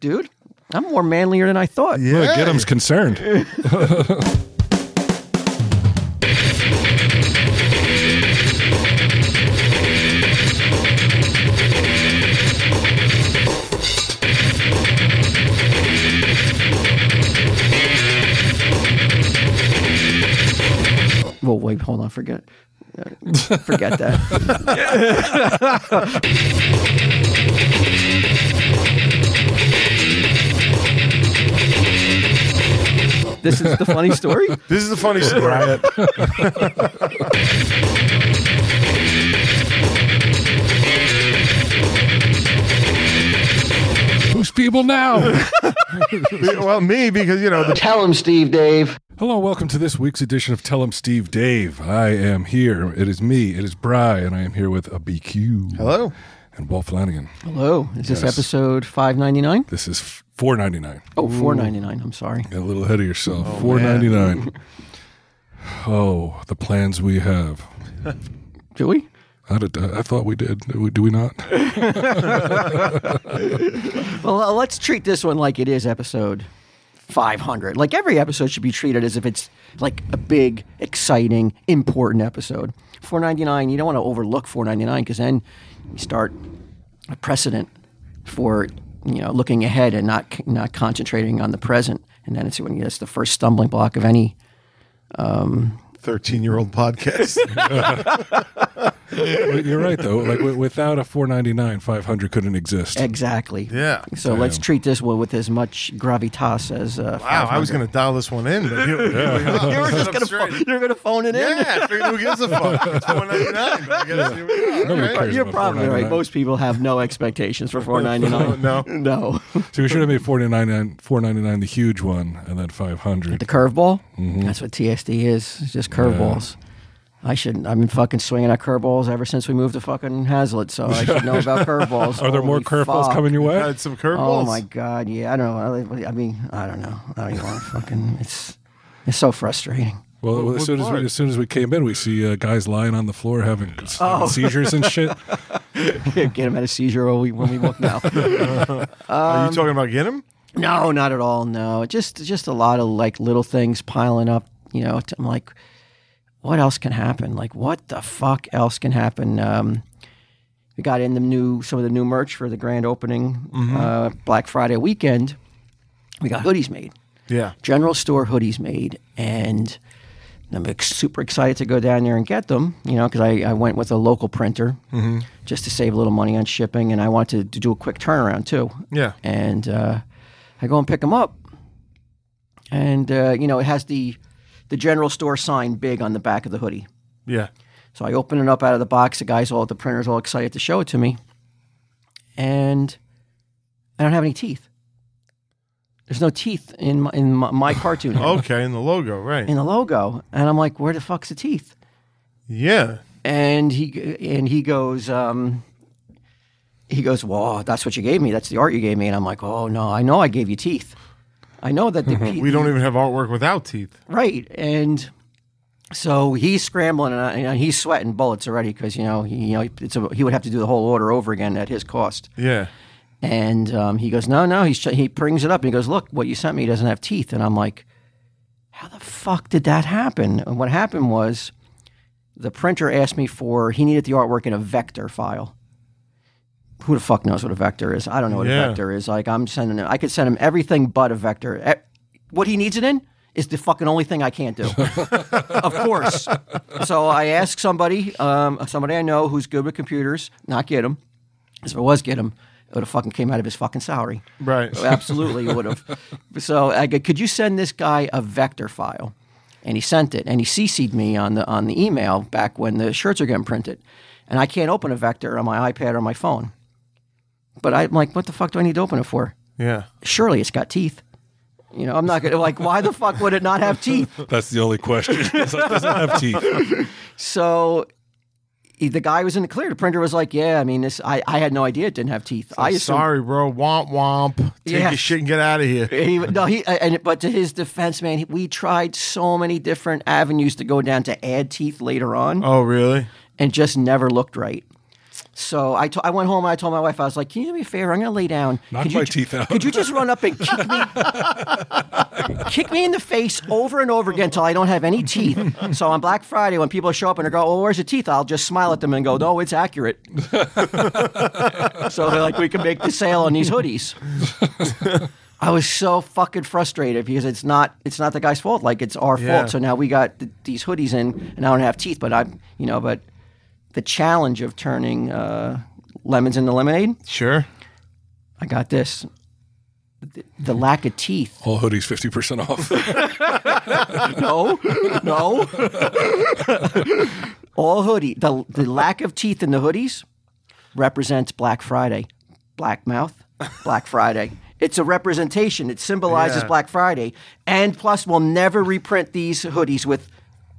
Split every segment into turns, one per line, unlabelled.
dude. I'm more manlier than I thought.
Look,
Yeah.
get him's concerned.
Whoa, wait, hold on, forget, uh, forget that. this is the funny story.
This is a funny story.
Riot. Who's people now?
well, me because you know the
Tell him, Steve Dave.
Hello, welcome to this week's edition of Tell 'em Steve Dave. I am here. It is me. It is Bry, and I am here with a BQ.
hello.
And Walt Flanagan.
Hello, is this
Yes.
episode 599?
This is f- four ninety nine.
Oh, 499, I'm sorry.
Get a little ahead of yourself. Four ninety nine. Oh, the plans we have.
Do we?
I, did, I thought we did. Do we, do we not?
Well, uh, let's treat this one like it is episode 500. Like every episode should be treated as if it's like a big, exciting, important episode. 499, you don't want to overlook 499 because then you start a precedent for you know looking ahead and not not concentrating on the present. And then it's when it's the first stumbling block of any.
Thirteen-year-old podcast.
But You're right though. Like w- without a 499, 500 couldn't exist.
Exactly.
Yeah.
So let's treat this one with as much gravitas as. Uh,
Wow, I was going to dial this one in. But here, here we are.
You were just gonna
Straight.
phone, you were gonna phone it in.
Yeah, I figured who gives a fuck? It's one ninety nine. I guess here we are.
Nobody
All
cares.
You're
about
probably right.
$4.99.
Most people have no expectations for four ninety nine.
No.
no.
So we should have made 499, 499 the huge one, and then 500.
The curveball.
Mm-hmm.
That's what TSD is. It's just curveballs. I should. I've been fucking swinging at curveballs ever since we moved to fucking Hazlitt, so I should know about curveballs.
Are there more curveballs coming your way?
Had some curveballs.
Oh my god! Yeah, I don't know. I- I mean, I don't know. I don't want to fucking. It's it's so frustrating.
Well,
What-
as
what
soon as
part?
we, as soon as we came in, we see uh, guys lying on the floor having, having seizures and shit.
Get him at a seizure when we, when we walk now.
Are you talking about getting him?
No, not at all. No, just just a lot of like little things piling up. You know, t- I'm like, what else can happen? Like, what the fuck else can happen? Um, we got in the new some of the new merch for the grand opening uh, Black Friday weekend. We got hoodies made,
Yeah.
general store hoodies made, and I'm ex- super excited to go down there and get them. You know, because I, I went with a local printer just to save a little money on shipping, and I wanted to do a quick turnaround too
Yeah.
and uh, I go and pick them up, and uh, you know it has the the general store sign big on the back of the hoodie.
Yeah.
So I open it up out of the box. The guys all at the printers all excited to show it to me, and I don't have any teeth. There's no teeth in my, in my, my cartoon here,
Okay, and the logo, right?
in the logo, and I'm like, where the fuck's the teeth?
Yeah.
and he and he goes um he goes well that's what you gave me that's the art you gave me and i'm like oh no i know i gave you teeth i know that the pe-
We don't even have artwork without teeth.
right and so he's scrambling and, I, and he's sweating bullets already because you know he, you know it's a, he would have to do the whole order over again at his cost
Yeah.
and um, he goes, no, no. He's, he brings it up and he goes, look, what you sent me doesn't have teeth. And I'm like, how the fuck did that happen? And what happened was the printer asked me for, he needed the artwork in a vector file. Who the fuck knows what a vector is? I don't know what
Yeah.
a vector is. Like, I'm sending him, I could send him everything but a vector. E- What he needs it in is the fucking only thing I can't do. of course. So I asked somebody, um, somebody I know who's good with computers, not get him. 'Cause If I was get him, it would have fucking came out of his fucking salary.
Right.
Absolutely would have. So I go, could you send this guy a vector file? And he sent it, and he CC'd me on the on the email back when the shirts are getting printed, and I can't open a vector on my iPad or my phone. But I'm like, what the fuck do I need to open it for?
Yeah.
Surely it's got teeth. You know, I'm not gonna like, why the fuck would it not have teeth?
That's the only question. It's like, does it have teeth?
So he- the guy was in the clear. The printer was like, "Yeah, I mean, this. I, I had no idea it didn't have teeth. I assumed,
Sorry, bro. Womp womp. Take
Yeah.
your shit and get out of here.
He, no, he and but to his defense, man, we tried so many different avenues to go down to add teeth later on,
Oh, really?
and just never looked right. So I, to- I went home and I told my wife, I was like, can you do me a favor? I'm going to lay down.
Knock
Could you
my
ju-
teeth out."
Could you just run up and kick me, kick me in the face over and over again until I don't have any teeth? So on Black Friday, when people show up and they go, oh, where's your teeth? I'll just smile at them and go, no, it's accurate. so they're like, we can make the sale on these hoodies. I was so fucking frustrated because it's not it's not the guy's fault. Like it's our
Yeah.
fault. So now we got th- these hoodies in, and I don't have teeth, but I'm you know, but the challenge of turning uh, lemons into lemonade,
Sure.
I got this. The, the lack of teeth.
All hoodies fifty percent off.
No, no. All hoodie. The the lack of teeth in the hoodies represents Black Friday, Black Mouth, Black Friday. It's a representation. It symbolizes
Yeah.
Black Friday, and plus, we'll never reprint these hoodies with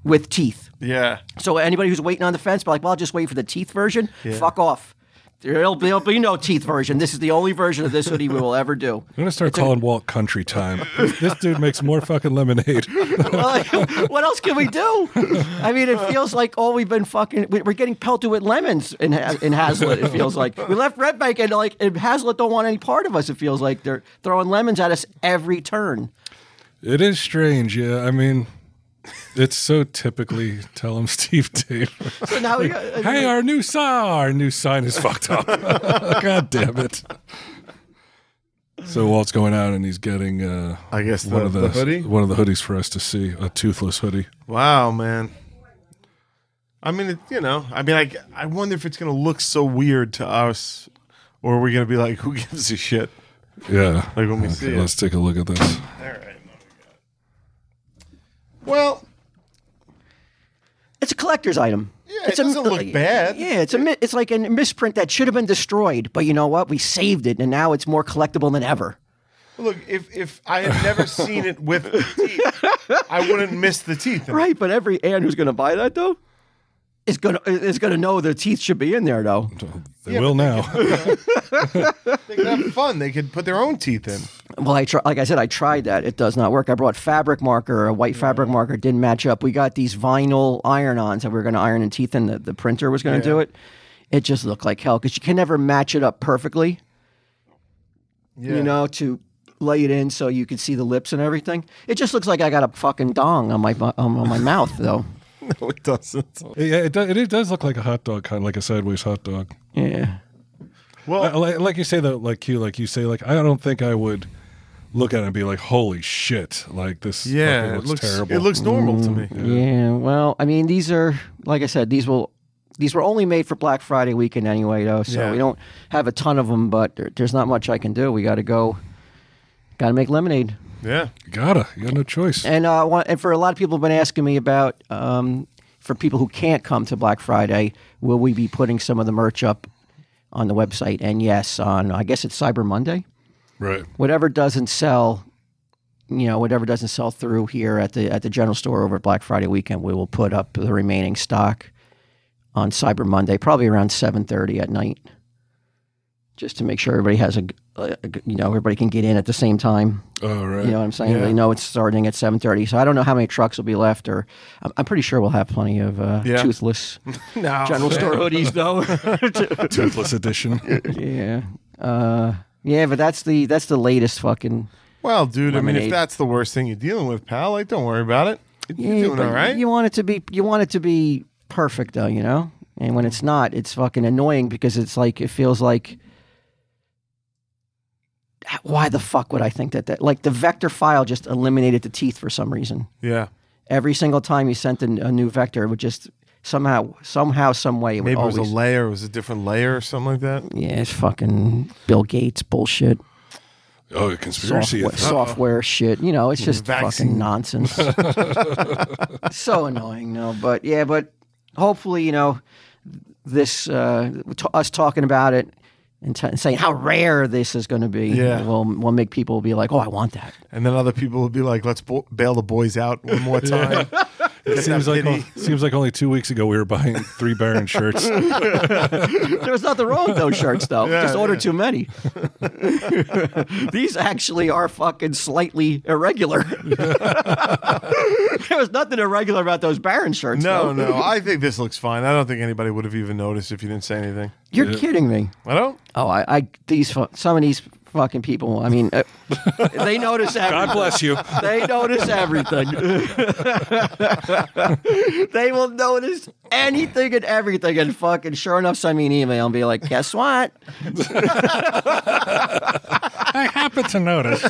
with teeth.
Yeah.
So anybody who's waiting on the fence, be like, well, I'll just wait for the teeth version. Fuck off. There'll be, there'll be no teeth version. This is the only version of this hoodie we will ever do.
I'm gonna start calling Walt Country Time. this dude makes more fucking lemonade.
Well, like, what else can we do? I mean, it feels like all we've been fucking. we- We're getting pelted with lemons in Ha- in Hazlitt. It feels like we left Red Bank and like and Hazlitt don't want any part of us. It feels like they're throwing lemons at us every turn.
It is strange, yeah. I mean, it's so typically tell him Steve Dave.
So now we, uh,
hey, our new sign, our new sign is fucked up. God damn it. So Walt's going out and he's getting uh,
I guess the-
one of
the hoodie?
one of the hoodies for us to see a toothless hoodie.
Wow, man. I mean, it, you know, I mean, I, I wonder if it's going to look so weird to us or are we going to be like, who gives a shit?
Yeah,
Like when we
Okay,
see it.
let's take a look at this.
All right. Well,
it's a collector's item.
Yeah,
it's
it doesn't
a,
look bad.
Yeah, it's a mi- it's like a misprint that should have been destroyed, but you know what? We saved it, and now it's more collectible than ever.
look, if if I had never seen it with the teeth, I wouldn't miss the teeth.
Right, but every and who's going to buy that though is going to is going to know their teeth should be in there though.
They will now.
They could have fun. They could put their own teeth in.
Well, I try, like I said, I tried that. It does not work. I brought fabric marker, a white fabric marker, It didn't match up. We got these vinyl iron-ons that we were going to iron and teeth, and the, the printer was going to do it. It just looked like hell because you can never match it up perfectly,
Yeah.
you know, to lay it in so you could see the lips and everything. It just looks like I got a fucking dong on my bu- um, on my mouth though.
No, it doesn't.
yeah, it, do, it, it does look like a hot dog, kind of like a sideways hot dog.
Yeah.
Uh,
Well,
like, like you say though, like you, like you say, like I don't think I would look at it and be like, "Holy shit!" Like this,
yeah,
fucking looks,
it looks
terrible.
It looks normal to me.
Yeah, well, I mean, these are like I said, these will these were only made for Black Friday weekend anyway, though. So
Yeah.
we don't have a ton of them, but there, there's not much I can do. We got to go, got to make lemonade.
Yeah.
You gotta, you got no choice.
And uh, I want- and for a lot of people have been asking me about um, for people who can't come to Black Friday, will we be putting some of the merch up on the website? And yes, on I guess it's Cyber Monday.
Right.
whatever doesn't sell, you know, whatever doesn't sell through here at the at the general store over Black Friday weekend, we will put up the remaining stock on Cyber Monday, probably around seven thirty at night, just to make sure everybody has a, g- a- a g- you know everybody can get in at the same time.
Oh, right.
You know what I'm saying? They know it's starting at 7:30, so I don't know how many trucks will be left, or I'm, I'm pretty sure we'll have plenty of uh,
Yeah.
toothless
No.
general store hoodies, though.
Toothless edition.
yeah, uh, yeah, but that's the that's the latest fucking.
Well, dude, I mean, if
Lemonade.
that's the worst thing you're dealing with, pal, like, don't worry about it. You're
Yeah,
doing
Eh, but
all right.
You want it to be you want it to be perfect though, you know? And when it's not, it's fucking annoying because it's like it feels like "Ah, why the fuck would I think that that like the vector file just eliminated the teeth for some reason.
yeah.
Every single time you sent in a new vector, it would just somehow somehow some way it would
Maybe
always
it was a layer. It was a different layer or something like that.
Yeah, it's fucking Bill Gates bullshit.
Oh, a conspiracy.
software, software shit. You know, it's just
Vaccine.
fucking nonsense. so annoying, no. But yeah, but hopefully, you know, this uh, t- us talking about it and, t- and saying how rare this is going to be
Yeah.
will will make people be like, oh, I want that.
And then other people would be like, let's bo- bail the boys out one more time. Get
Seems
that
like,
pity.
seems like only two weeks ago we were buying three Baron shirts.
There was nothing wrong with those shirts, though. Just order too many. These actually are fucking slightly irregular. there was nothing irregular about those Baron shirts.
No,
though.
no. I think this looks fine. I don't think anybody would have even noticed if you didn't say anything.
You're kidding me.
I don't.
Oh, I, I these fu- some of these fucking people. I mean, uh, they notice
God
everything.
bless you.
They notice everything. they will notice anything and everything, and fucking sure enough, send me an email and be like, "Guess what?
I happen to notice.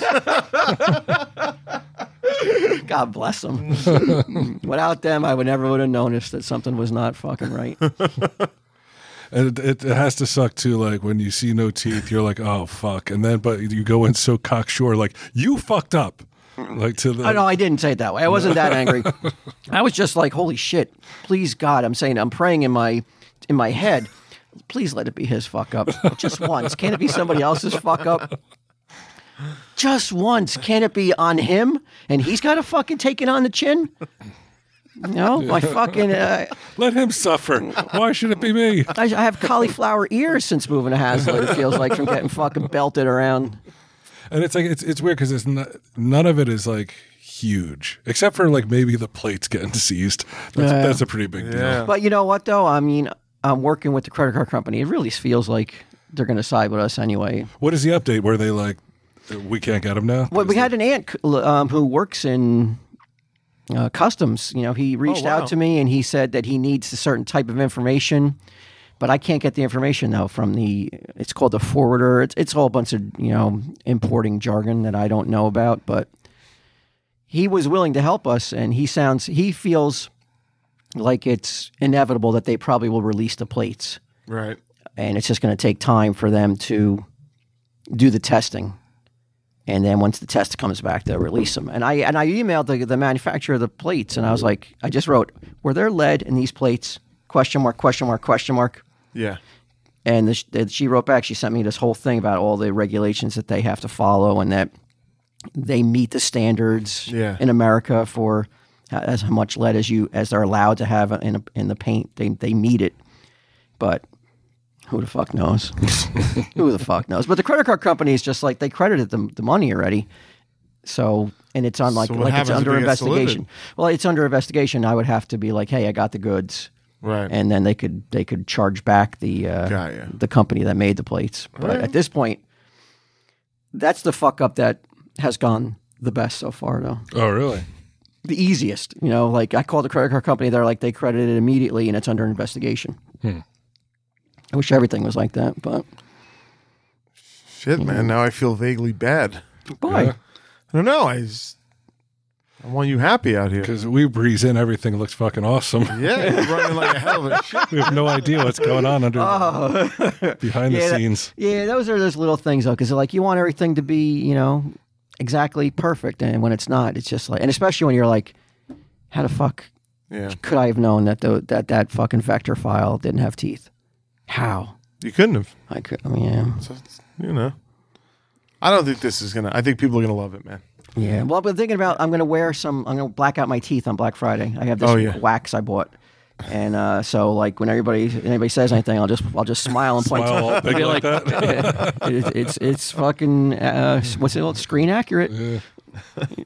God bless them. Without them, I would never would have noticed that something was not fucking right.
And it, it has to suck too. Like when you see no teeth, you're like, oh fuck. And then, but you go in so cocksure, like you fucked up. Like to the
Oh, no, I didn't say it that way. I wasn't that angry. I was just like, "Holy shit! Please, God!" I'm saying, I'm praying in my in my head. Please let it be his fuck up, just once. Can it be somebody else's fuck up? Just once. Can it be on him? And he's got to fucking take it on the chin. No, my fucking. Uh,
let him suffer. Why should it be me?
I, I have cauliflower ears since moving to Hazlitt. It feels like from getting fucking belted around.
And it's like it's it's weird because it's not, none of it is like huge, except for like maybe the plates getting seized. That's,
Yeah.
that's a pretty big deal.
Yeah.
But you know what, though? I mean, I'm working with the credit card company. It really feels like they're going to side with us anyway.
What is the update? Were they like, we can't get them now?
Well, we had an aunt c- l- um, who works in uh, customs. You know, he reached
wow.
out to me and he said that he needs a certain type of information, but I can't get the information though from the. It's called the forwarder. It's it's all a bunch of you know importing jargon that I don't know about, but he was willing to help us, and he sounds he feels like it's inevitable that they probably will release the plates
Right.
and it's just going to take time for them to do the testing. And then once the test comes back, they'll release them. And I and I emailed the, the manufacturer of the plates, and I was like, I just wrote, were there lead in these plates? Question mark, question mark, question mark.
Yeah.
And the, sh- that she wrote back. She sent me this whole thing about all the regulations that they have to follow, and that they meet the standards
Yeah.
in America for ho- as much lead as you as they're allowed to have in a, in the paint. They they meet it, but who the fuck knows? who the fuck knows? But the credit card company is just like they credited them the money already. So and it's on like,
So what
like it's
happens if
under
we get
investigation.
saluted?
Well, it's under investigation. I would have to be like, hey, I got the goods
Right.
and then they could they could charge back the uh,
Got ya.
the company that made the plates. But at this point, that's the fuck up that has gone the best so far, though.
oh, really?
The easiest, you know. Like I called the credit card company, they're like they credited it immediately, and it's under investigation. I wish everything was like that, but
Shit, man. Now I feel vaguely bad.
boy,
I don't know. I just, I want you happy out here.
Because we breeze in, everything looks fucking awesome.
Yeah, you're running like a hell of a shit.
We have no idea what's going on under behind
Oh, Yeah,
the
that-
scenes.
yeah, those are those little things though, because like you want everything to be, you know, exactly perfect, and when it's not, it's just like, and especially when you're like, how the fuck
Yeah,
could I have known that the, that that fucking vector file didn't have teeth? How?
you couldn't have.
I could. I mean, yeah.
So, it's- you know, I don't think this is gonna. I think people are gonna love it, man.
yeah. Well, I've been thinking about. I'm gonna wear some. I'm gonna black out my teeth on Black Friday. I have this
Oh, yeah.
wax I bought, and uh, so like when everybody anybody says anything, I'll just I'll just smile and point.
Smile all big
Be
like that.
it, it's it's fucking uh, what's it called? Screen accurate.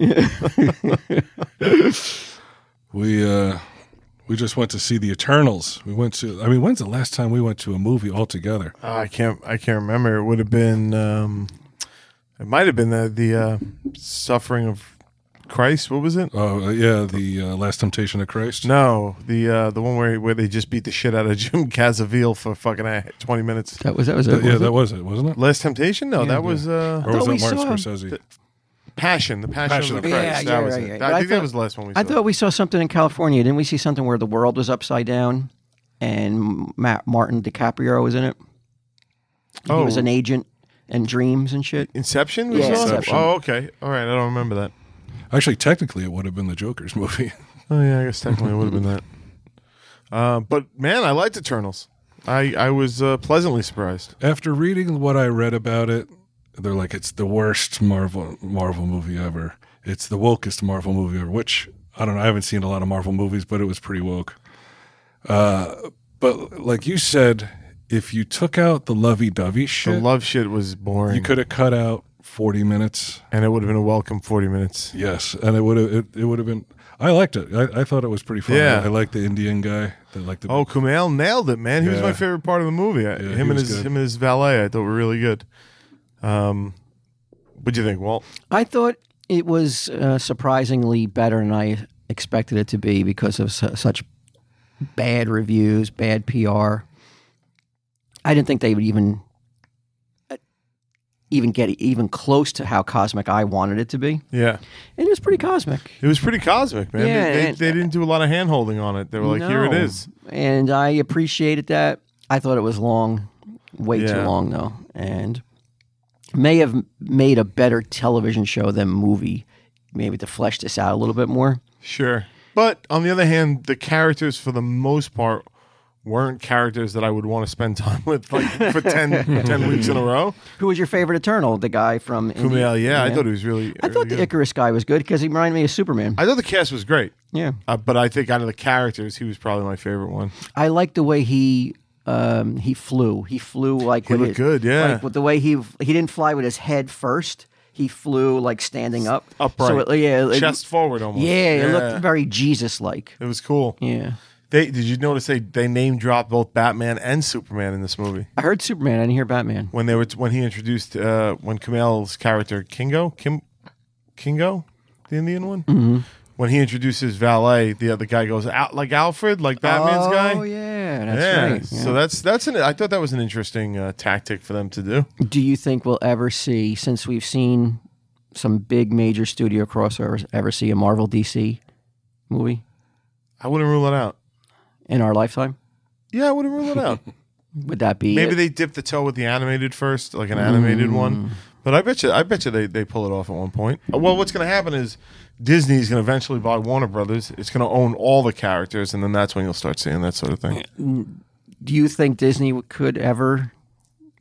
We uh we just went to see the Eternals. We went to I mean, when's the last time we went to a movie altogether?
Oh.
Uh, I can't. I can't remember. It would have been. Um, it might have been the the uh, suffering of Christ. What was it?
Oh yeah, the uh, Last Temptation of Christ.
No, the uh, the one where where they just beat the shit out of Jim Cazaville for fucking uh, twenty minutes.
That was that was it.
yeah,
was
that
it?
was it, wasn't it?
Last Temptation? No, that was uh,
Or was
thought we
that Martin
saw him.
Scorsese?
Passion. The Passion,
Passion
of
of
the
the
Christ.
Christ.
that
Yeah,
was
right,
it.
right.
I,
But I
think that
thought-
was the last one we saw.
I thought we saw something in California. Didn't we see something where the world was upside down, and Matt Martin DiCaprio was in it?
oh,
He was an agent and dreams and shit.
Inception. We
Yeah,
saw?
Inception.
Oh, okay. All right. I don't remember that.
Actually, technically, it would have been the Joker's movie.
Oh yeah, I guess technically it would have been that. Uh, but man, I liked Eternals. I I was uh, pleasantly surprised.
After reading what I read about it, they're like, it's the worst Marvel Marvel movie ever. It's the wokest Marvel movie ever, which I don't know. I haven't seen a lot of Marvel movies, but it was pretty woke. Uh, but like you said, if you took out the lovey-dovey
The
shit,
love shit was boring.
you could have cut out forty minutes.
and it would have been a welcome 40 minutes.
Yes, and it would have it, it would have been. I liked it. I, I thought it was pretty fun.
Yeah.
I liked the Indian guy. That liked the
Oh, Kumail nailed it, man. He was
Yeah.
my favorite part of the movie. I
he
him and
was
his
good.
him and his valet, I thought were really good. Um, what'd you think, Walt?
I thought it was uh, surprisingly better than I expected it to be because of su- such bad reviews, bad PR. I didn't think they would even uh, even get even close to how cosmic I wanted it to be.
Yeah,
And it was pretty cosmic.
it was pretty cosmic, man. They-
Yeah,
they,
and-
they didn't do a lot of hand holding on it. They were like, here it
No.
is.
And I appreciated that. I thought it was long, way
Yeah.
too long though, and may have made a better television show than movie. Maybe to flesh this out a little bit more.
Sure. But on the other hand, the characters for the most part weren't characters that I would want to spend time with like for 10, 10 weeks in a row.
Who was your favorite Eternal? The guy from
Kumail,
Indi-
yeah, I thought he was really.
I thought the Icarus guy was good because he reminded me of Superman.
I thought the cast was great,
yeah,
uh, but I think out of the characters, he was probably my favorite one.
I like the way he um, he flew. He flew like he
looked good, yeah.
like with the way he he didn't fly with his head first. He flew like standing up,
Upright,
So it, yeah, it-
chest forward almost.
yeah, it looked very Jesus like.
It was cool.
Yeah,
They did you notice they they name dropped both Batman and Superman in this movie
I heard Superman. I didn't hear Batman.
when they were when he introduced uh, when Kamel's character Kingo Kim Kingo the Indian one
Mm-hmm.
when he introduces valet the other guy goes out like Alfred like Batman's
oh,
guy
yeah, that's
yeah
right. yeah.
so that's that's an I thought that was an interesting uh, tactic for them to do
Do you think we'll ever see, since we've seen some big major studio crossovers, ever see a Marvel DC movie
I wouldn't rule it out
in our lifetime?
yeah I wouldn't rule it out
Would that be
maybe
it?
they dip the toe with the animated first, like an animated
Mm.
one. But I bet you, I bet you they, they pull it off at one point. Uh, Well, what's going to happen is Disney's going to eventually buy Warner Brothers. It's going to own all the characters, and then that's when you'll start seeing that sort of thing.
do you think Disney w- could ever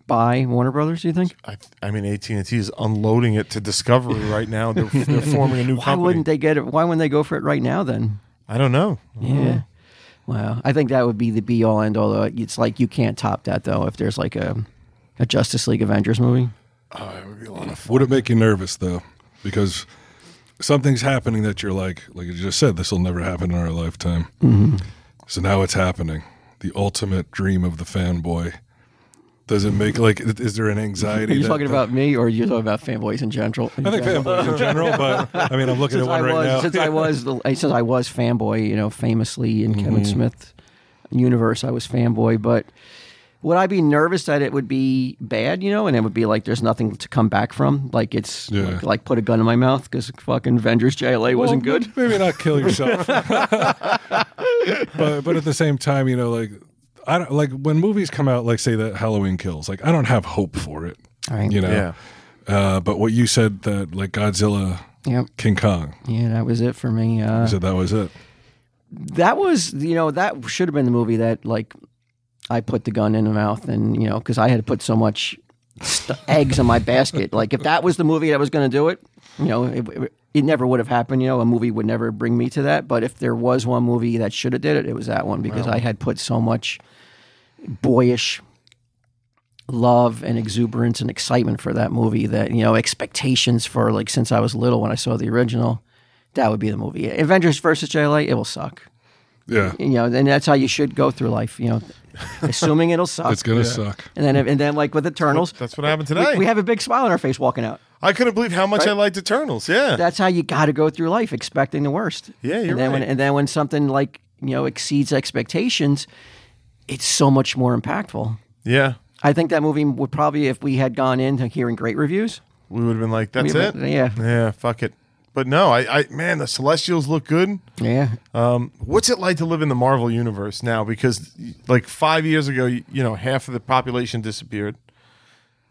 buy Warner Brothers? Do you think?
I, I mean, AT and T is unloading it to Discovery right now. They're, they're forming a new
Why
company.
wouldn't they get it? Why wouldn't they go for it right now then?
I don't know.
Yeah. Wow. I think that would be the be all end all. though. It's like you can't top that though. If there's like a, a Justice League Avengers movie,
Would it make you nervous though? Because something's happening that you're like, like you just said, this will never happen in our lifetime. So now it's happening. The ultimate dream of the fanboy. Does it make like? Is there an anxiety?
are you
that-
talking about me or are you talking about fanboys in general?
I think fanboys in general, but I mean, I'm looking
since
at one
I
right
was
now.
since I was the, since I was fanboy, you know, famously
Mm-hmm.
in Kevin Smith universe, I was fanboy. But would I be nervous that it would be bad, you know, and it would be like there's nothing to come back from? Like it's
Yeah.
like, like put a gun in my mouth because fucking Avengers JLA wasn't
Well,
good.
Maybe not kill yourself, but but at the same time, you know, like I don't like when movies come out, like say that Halloween kills. Like I don't have hope for it,
Right.
you know.
Yeah.
Uh, but what you said that like Godzilla,
Yep.
King Kong,
Yeah, that was it for me. Uh,
you said that was it.
that was you know that should have been the movie that like I put the gun in the mouth and you know because I had to put so much st- eggs in my basket. Like if that was the movie that was going to do it, you know, it, it, it never would have happened. You know, a movie would never bring me to that. But if there was one movie that should have did it, it was that one because I had put so much boyish love and exuberance and excitement for that movie that you know expectations for like since I was little when I saw the original. That would be the movie. Avengers versus JLA, it will suck
Yeah,
you know, and that's how you should go through life, you know, assuming it'll suck.
it's gonna suck.
and then, and then, like with Eternals,
That's what happened today.
we, we have a big smile on our face walking out.
I couldn't believe how much I liked Eternals. Yeah.
That's how you got to go through life, expecting the worst.
Yeah, you're
and then When,
right.
and then when something like you know exceeds expectations, it's so much more impactful.
yeah.
I think that movie would probably, if we had gone into hearing great reviews,
We would have been like, that's
we-
it.
yeah,
Yeah. Fuck it. But no, I, I man, the Celestials look good.
yeah,
What's it like to live in the Marvel universe now? Because like five years ago, you, you know, half of the population disappeared.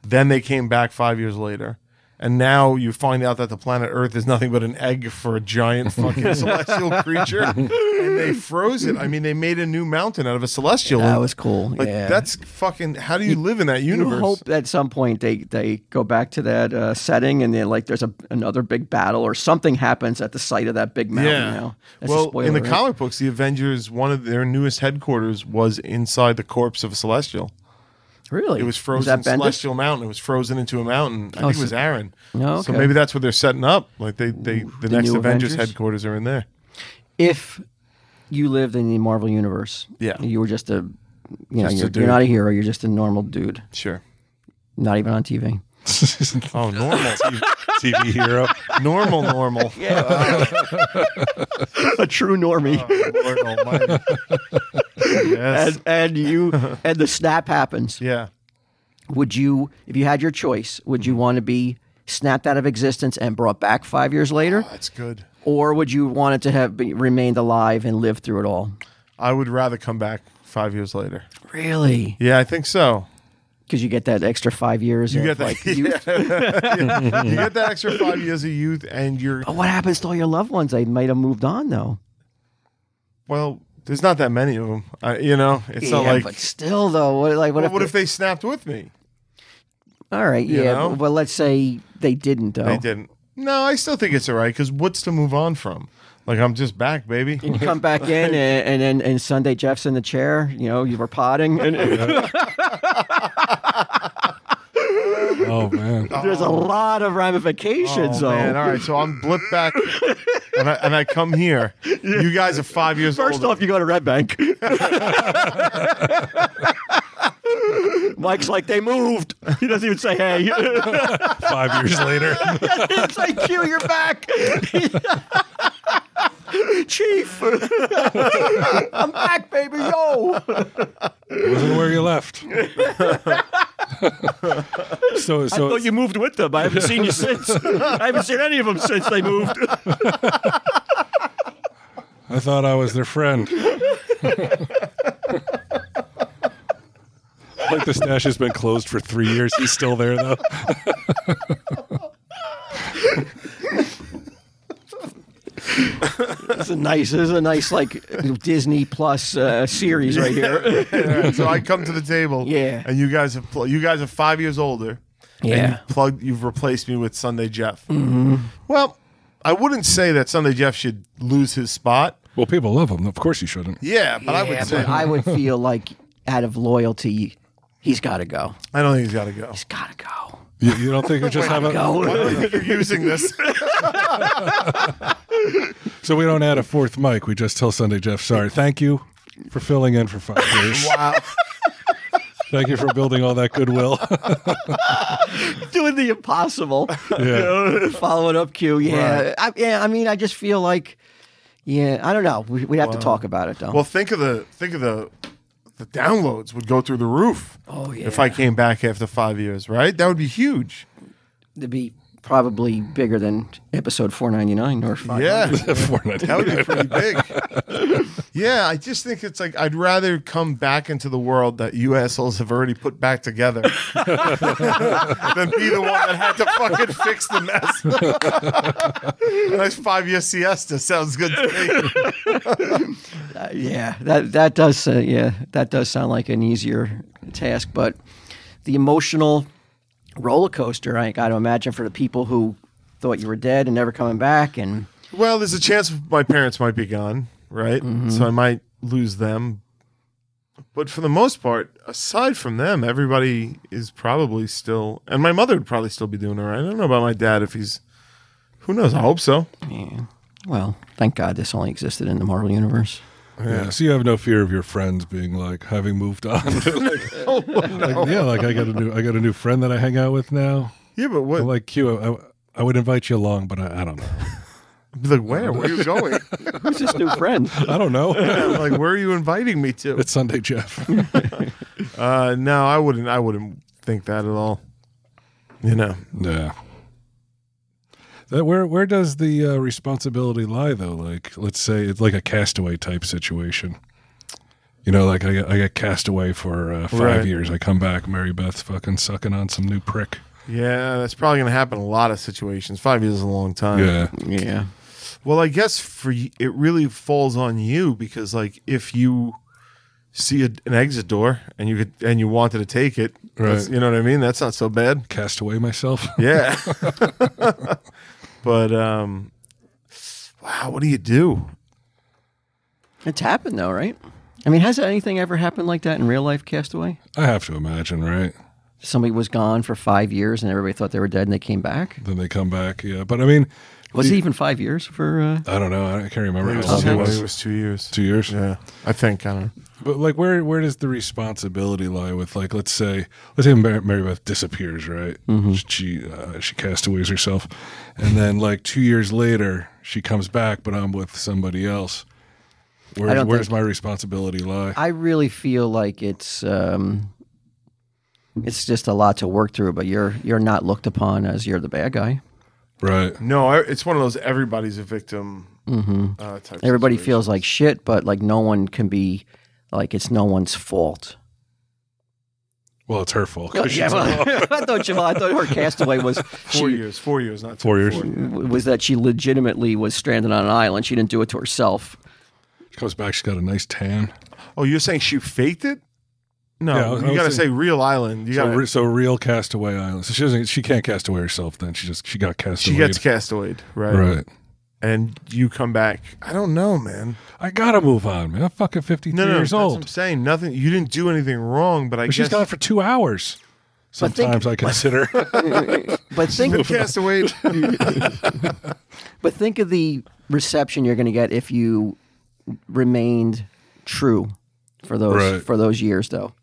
Then they came back five years later, And now you find out that the planet Earth is nothing but an egg for a giant fucking celestial creature, and they froze it. I mean, they made a new mountain out of a celestial.
That was cool.
Like
yeah.
that's fucking. How do you, live in that universe?
You hope at some point they, they go back to that uh, setting and then like there's a, another big battle or something happens at the site of that big mountain. You know? That's a
well,
spoiler,
in the
right?
comic books, the Avengers, one of their newest headquarters was inside the corpse of a celestial.
really
It was frozen
that Bendis?
celestial mountain. It was frozen into a mountain. I think it was Aaron.
Oh,
So
okay.
maybe that's what they're setting up. Like they, they the, next
new
Avengers,
Avengers?
headquarters are in there.
If you lived in the Marvel universe,
Yeah.
you were just a you know
Just a
you're,
dude.
you're not a hero. You're just a normal dude,
Sure.
not even on TV.
Oh, normal,
TV hero.
normal, normal.
a true normie.
Lord Almighty. Yes.
and, and you and the snap happens.
yeah.
Would you, if you had your choice, would
Mm-hmm.
you want to be snapped out of existence and brought back five years later,
That's good.
or would you want it to have be, remained alive and lived through it all?
I would rather come back five years later.
Really?
Yeah, I think so.
Because you get that extra five years.
You
of,
get that.
Like,
yeah.
youth.
Yeah. You get that extra five years of youth, and you're
But what happens to all your loved ones? They might have moved on though.
well. There's not that many of them. I, you know, it's not
yeah,
like.
but still though, what, like what,
Well,
if,
what if they snapped with me?
All right,
you
yeah.
know?
but- Well, let's say they didn't though.
They didn't. No, I still think it's all right because what's to move on from? Like I'm just back, baby.
You come back in, and, and then and Sunday Jeff's in the chair. You know, you were potting, and
Oh man.
there's a lot of ramifications.
Oh,
though.
man. All right, so I'm blipped back, and I, and I come here. You guys are five years
First
older.
off, you go to Red Bank. Mike's like, they moved. He doesn't even say, hey. it's
Five years later.
like, Q, you're back. Chief, I'm back, baby. Yo.
Wasn't where you left. so
I
so
thought you moved with them. I haven't seen you since. I haven't seen any of them since they moved.
I thought I was their friend. like the stash has been closed for three years. He's still there though.
It's a nice, this is a nice, like, Disney Plus uh, series right here.
so I come to the table.
Yeah.
And you guys have pl- you guys are five years older. And
Yeah. Mm-hmm.
you've plugged you've replaced me with Sunday Jeff. Well, I wouldn't say that Sunday Jeff should lose his spot.
Well, people love him. Of course you shouldn't.
Yeah, but I would
Yeah,
say
but I would feel like, out of loyalty, he's got to go.
I don't think he's got to go.
He's got to go.
You, you don't think we just have a
Go.
I don't think you're using this.
so we don't add a fourth mic. We just tell Sunday Jeff, sorry, thank you for filling in for five years.
wow.
Thank you for building all that goodwill.
doing the impossible.
Yeah.
Following up Q. Yeah. I, yeah. I mean, I just feel like, yeah, I don't know. We, we'd have to talk about it though.
Well, think of the think of the the downloads would go through the roof.
Oh, yeah.
If I came back after 5 years, right? That would be huge.
It'd be probably bigger than episode 499 or 5.
Yeah.
Four
That
ninety-
would be pretty big. yeah, I just think it's like I'd rather come back into the world that you assholes have already put back together than be the one that had to fucking fix the mess. nice five year siesta sounds good to me.
Uh, yeah. That, that does, uh, yeah, that does sound like an easier task, but the emotional roller coaster, I got to imagine for the people who thought you were dead and never coming back. And
Well, there's a chance my parents might be gone, right? So I might lose them. But for the most part, aside from them, everybody is probably still, and my mother would probably still be doing all right. I don't know about my dad if he's, who knows? I hope so.
yeah. well, thank God this only existed in the Marvel universe.
Yeah. So you have no fear of your friends being like having moved on. Like, like, yeah, like I got a new I got a new friend that I hang out with now.
Yeah, but what?
But like Q, I, I would invite you along, but I, I don't know.
like, where? Where are you going?
Who's this new friend?
I don't know.
like, where are you inviting me to?
It's Sunday, Jeff.
Uh, no, I wouldn't. I wouldn't think that at all. You know,
Yeah. That where where does the uh, responsibility lie though? Like let's say it's like a castaway type situation. You know, like I got, I got cast away for uh, five
Right.
years. I come back, Mary Beth's fucking sucking on some new prick.
Yeah, that's probably going to happen in a lot of situations. Five years is a long time.
Yeah.
Yeah.
Well, I guess for y- it really falls on you because like if you see a, an exit door and you could and you wanted to take it, that's-
Right.
you know what I mean. That's not so bad.
Cast away myself.
Yeah. but um, wow, what do you do?
It's happened though, right? I mean, has anything ever happened like that in real life, Castaway?
I have to imagine, right?
Somebody was gone for five years and everybody thought they were dead and they came back.
Then they come back. Yeah. But I mean,
Was it even five years for? Uh,
I don't know. I can't remember.
It
how
was,
long
two,
it was.
it was two years.
Two years.
Yeah, I think I don't. know.
But like, where where does the responsibility lie with like, let's say, let's say Mar- Mary Beth disappears, right?
Mm-hmm.
She uh, she castaways herself, and then like two years later, she comes back, but I'm with somebody else. Where,
I don't
where's
think-
my responsibility lie?
I really feel like it's um, it's just a lot to work through. But you're you're not looked upon as you're the bad guy.
right.
No, I, it's one of those everybody's a victim.
Mm-hmm.
Uh, type
Everybody
situation.
feels like shit, but like no one can be like it's no one's fault.
Well, it's her fault. 'cause
Oh, Yeah,
she's-
well, I thought Jamal, I thought her castaway was
four
she,
years. Four years, not two,
Four years.
was that she legitimately was stranded on an island. She didn't do it to herself.
She comes back. She's got a nice tan.
Oh, you're saying she faked it? No,
Yeah, I was- I
you
was
got to say
saying-
real island. You
So,
got
re- so real castaway island. So she doesn't. She can't cast away herself. Then she just she got
she
castaway.
gets castawayed, right?
right.
And you come back. I don't know, man.
I gotta move on, man. I'm fucking 53
No, no,
years
that's what
old.
I'm saying nothing. You didn't do anything wrong, but I
But she's
guess
gone for two hours.
But think-
Sometimes I consider.
But think,
castawayed.
but think of the reception you're going to get if you remained true for those
Right.
for those years, though.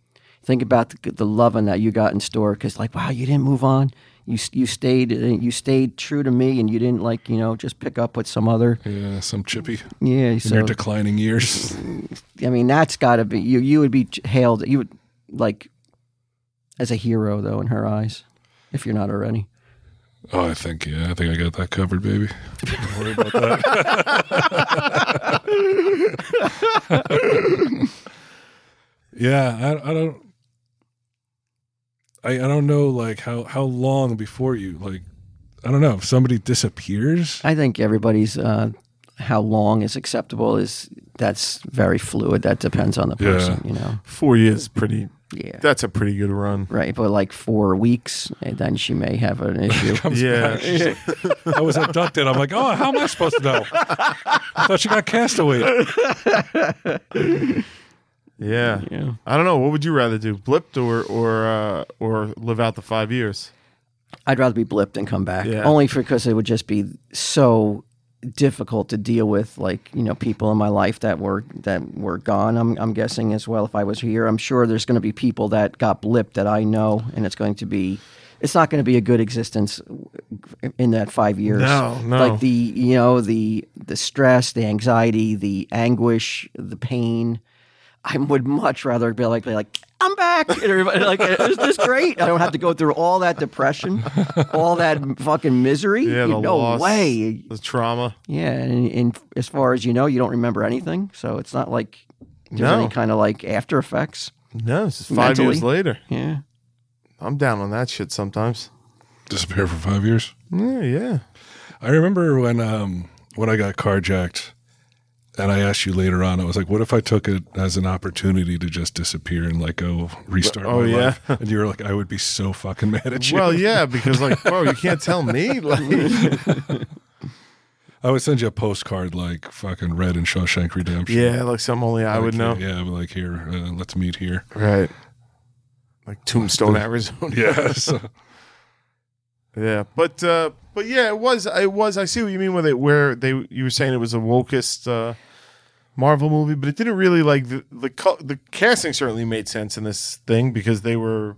Think about the, the loving that you got in store because, like, wow, you didn't move on. You s- you stayed uh, you stayed true to me, and you didn't like you know just pick up with some other
yeah, some chippy
yeah.
in
So
their declining years.
I mean, that's got to be you. You would be hailed. You would like as a hero though in her eyes, if you're not already.
Oh, I think yeah, I think I got that covered, baby. Don't worry about that. yeah, I, I don't. I, I don't know like how how long before you like I don't know if somebody disappears.
I think everybody's uh, how long is acceptable is that's very fluid. That depends on the
Yeah.
person, you know.
Four years, is pretty.
Yeah.
That's a pretty good run.
Right, but like four weeks, and then she may have an issue.
Comes
Yeah.
back, she's like, I was abducted. I'm like, oh, how am I supposed to know? I thought you got castaway.
Yeah.
yeah.
I don't know. What would you rather do, blipped or or uh, or live out the five years?
I'd rather be blipped than come back,
Yeah.
only because it would just be so difficult to deal with. Like you know, people in my life that were that were gone. I'm I'm guessing as well. If I was here, I'm sure there's going to be people that got blipped that I know, and it's going to be. It's not going to be a good existence in that five years.
No, no.
Like the you know the the stress, the anxiety, the anguish, the pain. I would much rather be like, be like I'm back. And everybody like, is this great? I don't have to go through all that depression, all that fucking misery.
Yeah,
You-
the
no
loss,
way.
the trauma.
Yeah, and, and as far as you know, you don't remember anything. So it's not like there's
No.
any kind of like after effects.
No, it's just five years
Mentally.
later.
Yeah.
I'm down on that shit sometimes.
Disappear for five years.
Yeah, yeah.
I remember when um when I got carjacked and I asked you later on, I was like, what if I took it as an opportunity to just disappear and like go restart
Oh,
my
yeah.
life? And you were like, I would be so fucking mad at you.
Well, yeah, because like, bro, you can't tell me. Like,
I would send you a postcard like fucking red and Shawshank Redemption.
yeah, like something only I
Like,
would know.
Yeah, but like here, uh, let's meet here.
Right. Like Tombstone, Arizona.
Yeah. so-
Yeah, but uh, but yeah, it was it was. I see what you mean with it. Where they you were saying it was a wokest uh, Marvel movie, but it didn't really like the the co- the casting certainly made sense in this thing because they were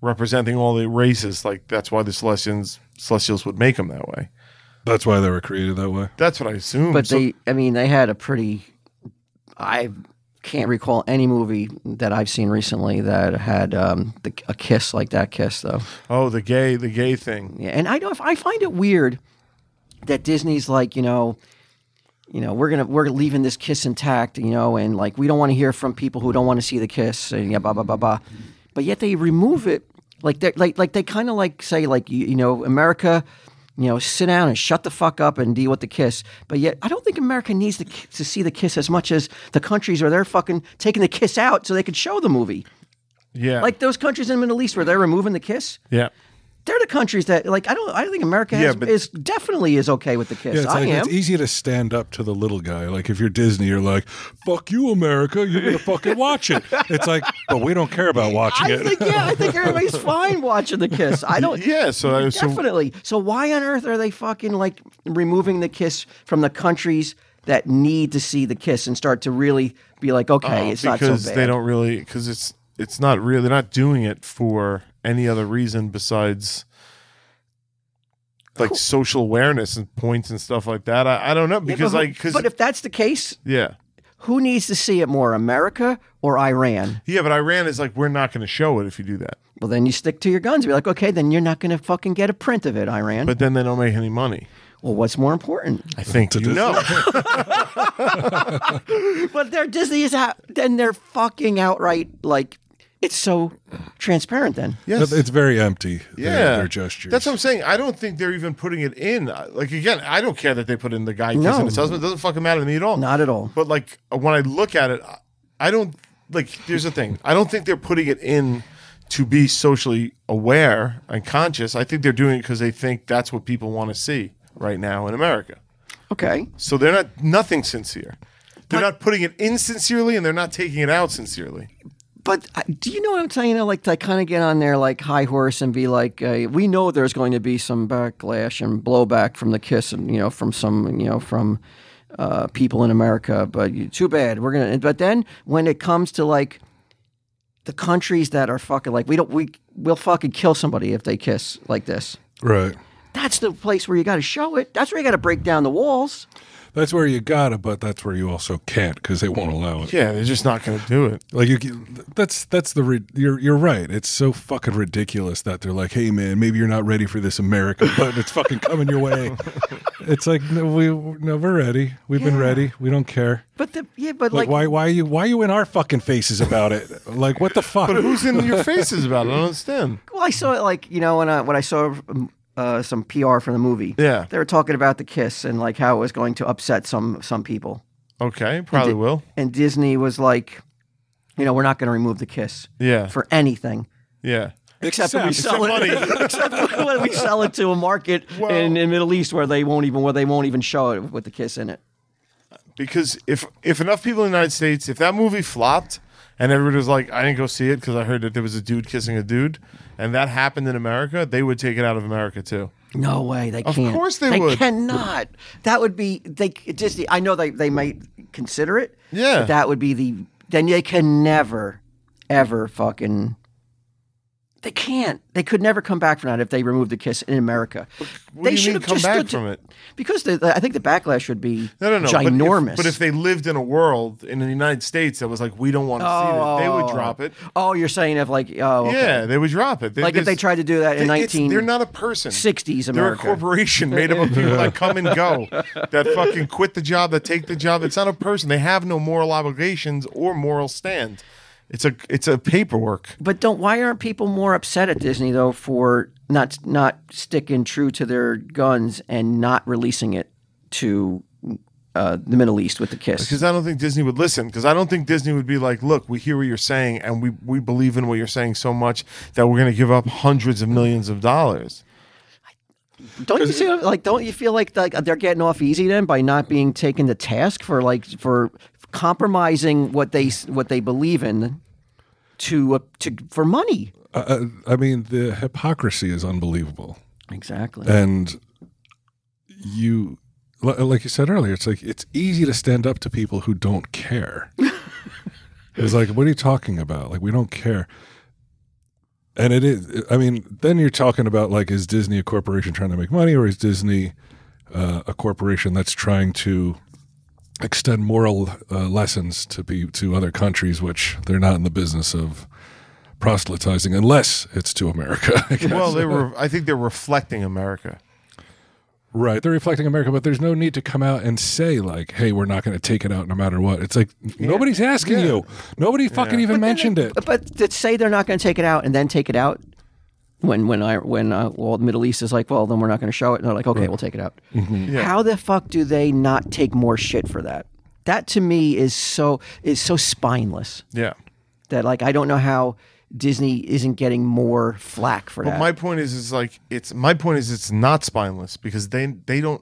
representing all the races. Like that's why the Celestians Celestials would make them that way.
that's why they were created that way.
That's what I assume.
But they, I mean, they had a pretty. I can't recall any movie that I've seen recently that had um, the, a kiss like that kiss though.
oh, the gay the gay thing.
Yeah, and I know I find it weird that Disney's like, you know, you know, we're gonna we're leaving this kiss intact, you know, and like we don't want to hear from people who don't want to see the kiss, and yeah, blah blah blah blah. But yet they remove it Like they like like they kind of like say like you, you know America, you know sit down and shut the fuck up and deal with the kiss. But yet I don't think America needs to ki- to see the kiss as much as the countries where they're fucking taking the kiss out so they could show the movie.
Yeah.
Like those countries in the Middle East where they're removing the kiss.
yeah.
They're the countries that like I don't I don't think America has,
Yeah, but-
is definitely is okay with the kiss.
Yeah, it's,
I
like,
am.
it's easy to stand up to the little guy. Like if you're Disney, you're like, "Fuck you, America! You're gonna fucking watch it." It's like, but we don't care about watching
I
it.
think yeah, I think everybody's fine watching the kiss. I don't
Yeah. So, I, so
Definitely. So why on earth are they fucking like removing the kiss from the countries that need to see the kiss and start to really be like, okay, it's not
Uh, Oh, because
so bad.
they don't really because it's it's not real. They're not doing it for any other reason besides like social awareness and points and stuff like that. I, I don't know
Yeah, but
because
who-
like because
but if that's the case,
yeah
who needs to see it more, America or Iran?
yeah. But Iran is like we're not going to show it if you do that.
Well, then you stick to your guns. and Be like, okay, then you're not going to fucking get a print of it, Iran.
But then they don't make any money.
well, what's more important?
I think you know.
but their Disney is out. Then they're fucking outright like it's so transparent. Then
yes.
It's very empty.
yeah,
their, their gestures.
That's what I'm saying. I don't think they're even putting it in. Like again, I don't care that they put in the guy
No.
kissing his husband. It doesn't fucking matter to me at all.
not at all.
But like when I look at it, I- I don't like. Here's the thing: I don't think they're putting it in to be socially aware and conscious. I think they're doing it because they think that's what people want to see right now in America.
Okay.
So they're not nothing sincere. They're not putting it in sincerely, and they're not taking it out sincerely.
But uh, do you know what I'm saying? You know, like to kind of get on their like high horse and be like, uh, we know there's going to be some backlash and blowback from the kiss, and you know, from some, you know, from uh, people in America. But you, too bad we're gonna. But then when it comes to like the countries that are fucking like we don't we we'll fucking kill somebody if they kiss like this.
right.
That's the place where you got to show it. That's where you got to break down the walls.
That's where you gotta, but that's where you also can't because they won't allow it.
Yeah, they're just not going to do it.
Like you, that's that's the re- you're you're right. It's so fucking ridiculous that they're like, "Hey man, maybe you're not ready for this America, but it's fucking coming your way." It's like no, we no, we're ready. We've been
Yeah.
ready. We don't care.
But the yeah, but
Like,
like,
why why are you why are you in our fucking faces about it? Like what the fuck?
But who's in your faces about it? I don't understand.
Well, I saw it like you know when I when I saw um, uh, some PR for the movie.
Yeah.
they were talking about the kiss and like how it was going to upset some some people.
Okay, probably will.
And Disney was like, you know, we're not going to remove the kiss
Yeah,
for anything
yeah.
except, when we
Except-
sell it. except when we sell it to a market in the Middle East where they won't even where they won't even show it with the kiss in it.
because if if enough people in the United States, if that movie flopped and everybody was like, I didn't go see it because I heard that there was a dude kissing a dude, and that happened in America, they would take it out of America too.
No way, they can't.
course they would.
cannot. That would be they Disney. I know they they might consider it.
Yeah.
but that would be the then they can never, ever fucking. They can't. They could never come back from that if they removed the kiss in America.
What
they
do you mean
have
come
just
back
stood to-
from it?
because the, the- I think the backlash would be
No, no, no. but if-
ginormous.
But if, they lived in a world in the United States that was like, we don't want to see it, they would drop it.
oh, you're saying if like oh okay.
Yeah, they would drop it. They-
like if they
there's-
tried to do that in
they- it's-
1960s
they're not a person. They're a
America.
corporation made up of people that come and go, that fucking quit the job, that take the job. It's not a person. They have no moral obligations or moral stand. It's a it's a paperwork.
But don't why aren't people more upset at Disney though for not not sticking true to their guns and not releasing it to uh, the Middle East with the kiss?
Because I don't think Disney would listen. Because I don't think Disney would be like, look, we hear what you're saying, and we we believe in what you're saying so much that we're going to give up hundreds of millions of dollars.
Don't you see like don't you feel like like they're getting off easy then by not being taken to task for like for compromising what they what they believe in to uh, to for money?
Uh, I mean, the hypocrisy is unbelievable.
Exactly.
And you, li- like you said earlier, it's like it's easy to stand up to people who don't care. it's like, what are you talking about? Like, we don't care. And it is, I mean, then you're talking about like, is Disney a corporation trying to make money or is Disney uh, a corporation that's trying to extend moral uh, lessons to be to other countries, which they're not in the business of proselytizing unless it's to America. I guess.
Well, they were. I think they're reflecting America.
Right. They're reflecting America, but there's no need to come out and say, like, hey, we're not going to take it out no matter what. It's like, nobody's asking you. Nobody fucking even mentioned it.
But to say they're not going to take it out and then take it out when when I when uh, well the Middle East is like, well, then we're not going to show it. And they're like, okay, we'll take it out.
Mm-hmm.
Yeah.
How the fuck do they not take more shit for that? That to me is so is so spineless
Yeah.
that like I don't know how Disney isn't getting more flack for
But
that.
my point is, is like it's my point is it's not spineless because they they don't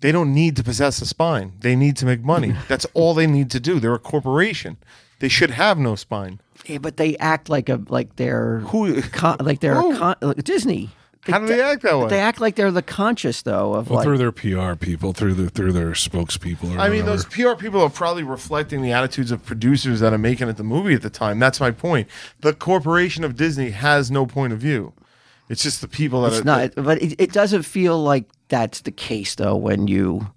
they don't need to possess a spine. They need to make money. That's all they need to do. They're a corporation. They should have no spine.
Yeah, Eh, but they act like a like they're
Who-
con, like they're a
Who?
con, like Disney.
How do they act that way?
They act like they're the conscious though of
Well,
like
through their PR people, through their through their spokespeople. Or
I
whatever.
mean, those PR people are probably reflecting the attitudes of producers that are making it the movie at the time. That's my point. The corporation of Disney has no point of view. It's just the people that
It's
are
not, but it, it doesn't feel like that's the case though. When you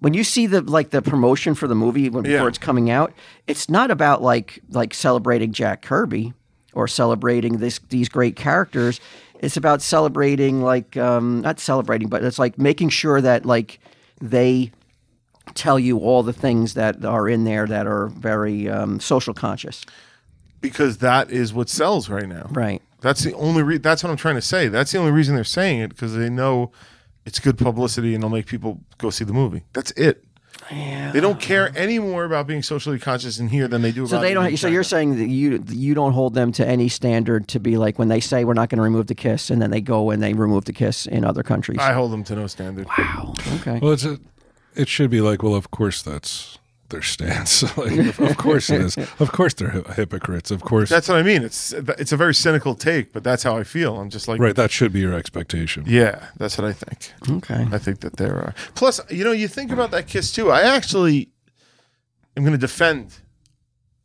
when you see the like the promotion for the movie when, before
Yeah.
it's coming out, it's not about like like celebrating Jack Kirby or celebrating this these great characters. It's about celebrating like um, not celebrating, but it's like making sure that like they tell you all the things that are in there that are very um, social conscious.
because that is what sells right now.
Right.
That's the only re- that's what I'm trying to say. That's the only reason they're saying it because they know it's good publicity and it'll make people go see the movie. That's it. They don't care any more about being socially conscious in here than they do
So
about
they
it in
don't. So
China.
you're saying that you you don't hold them to any standard to be like when they say we're not going to remove the kiss, and then they go and they remove the kiss in other countries.
I hold them to no standard.
okay.
Well, it's a, it should be like, well, of course that's their stance. like, of, of course it is. Of course they're hy- hypocrites. Of course,
That's what I mean. It's it's a very cynical take, but that's how I feel. I'm just like
right. That should be your expectation.
Yeah, that's what I think.
okay.
I think that there are. Plus, you know, you think about that kiss too. I actually am going to defend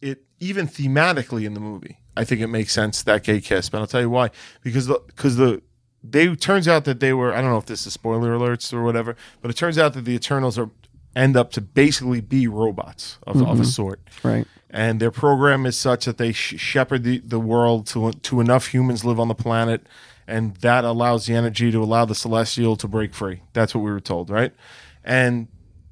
it even thematically in the movie. I think it makes sense that gay kiss, but I'll tell you why. Because the because the they turns out that they were I don't know if this is spoiler alerts or whatever, but it turns out that the Eternals are end up to basically be robots of, of a sort
Right.
and their program is such that they sh- shepherd the, the world to to enough humans live on the planet and that allows the energy to allow the celestial to break free that's what we were told right and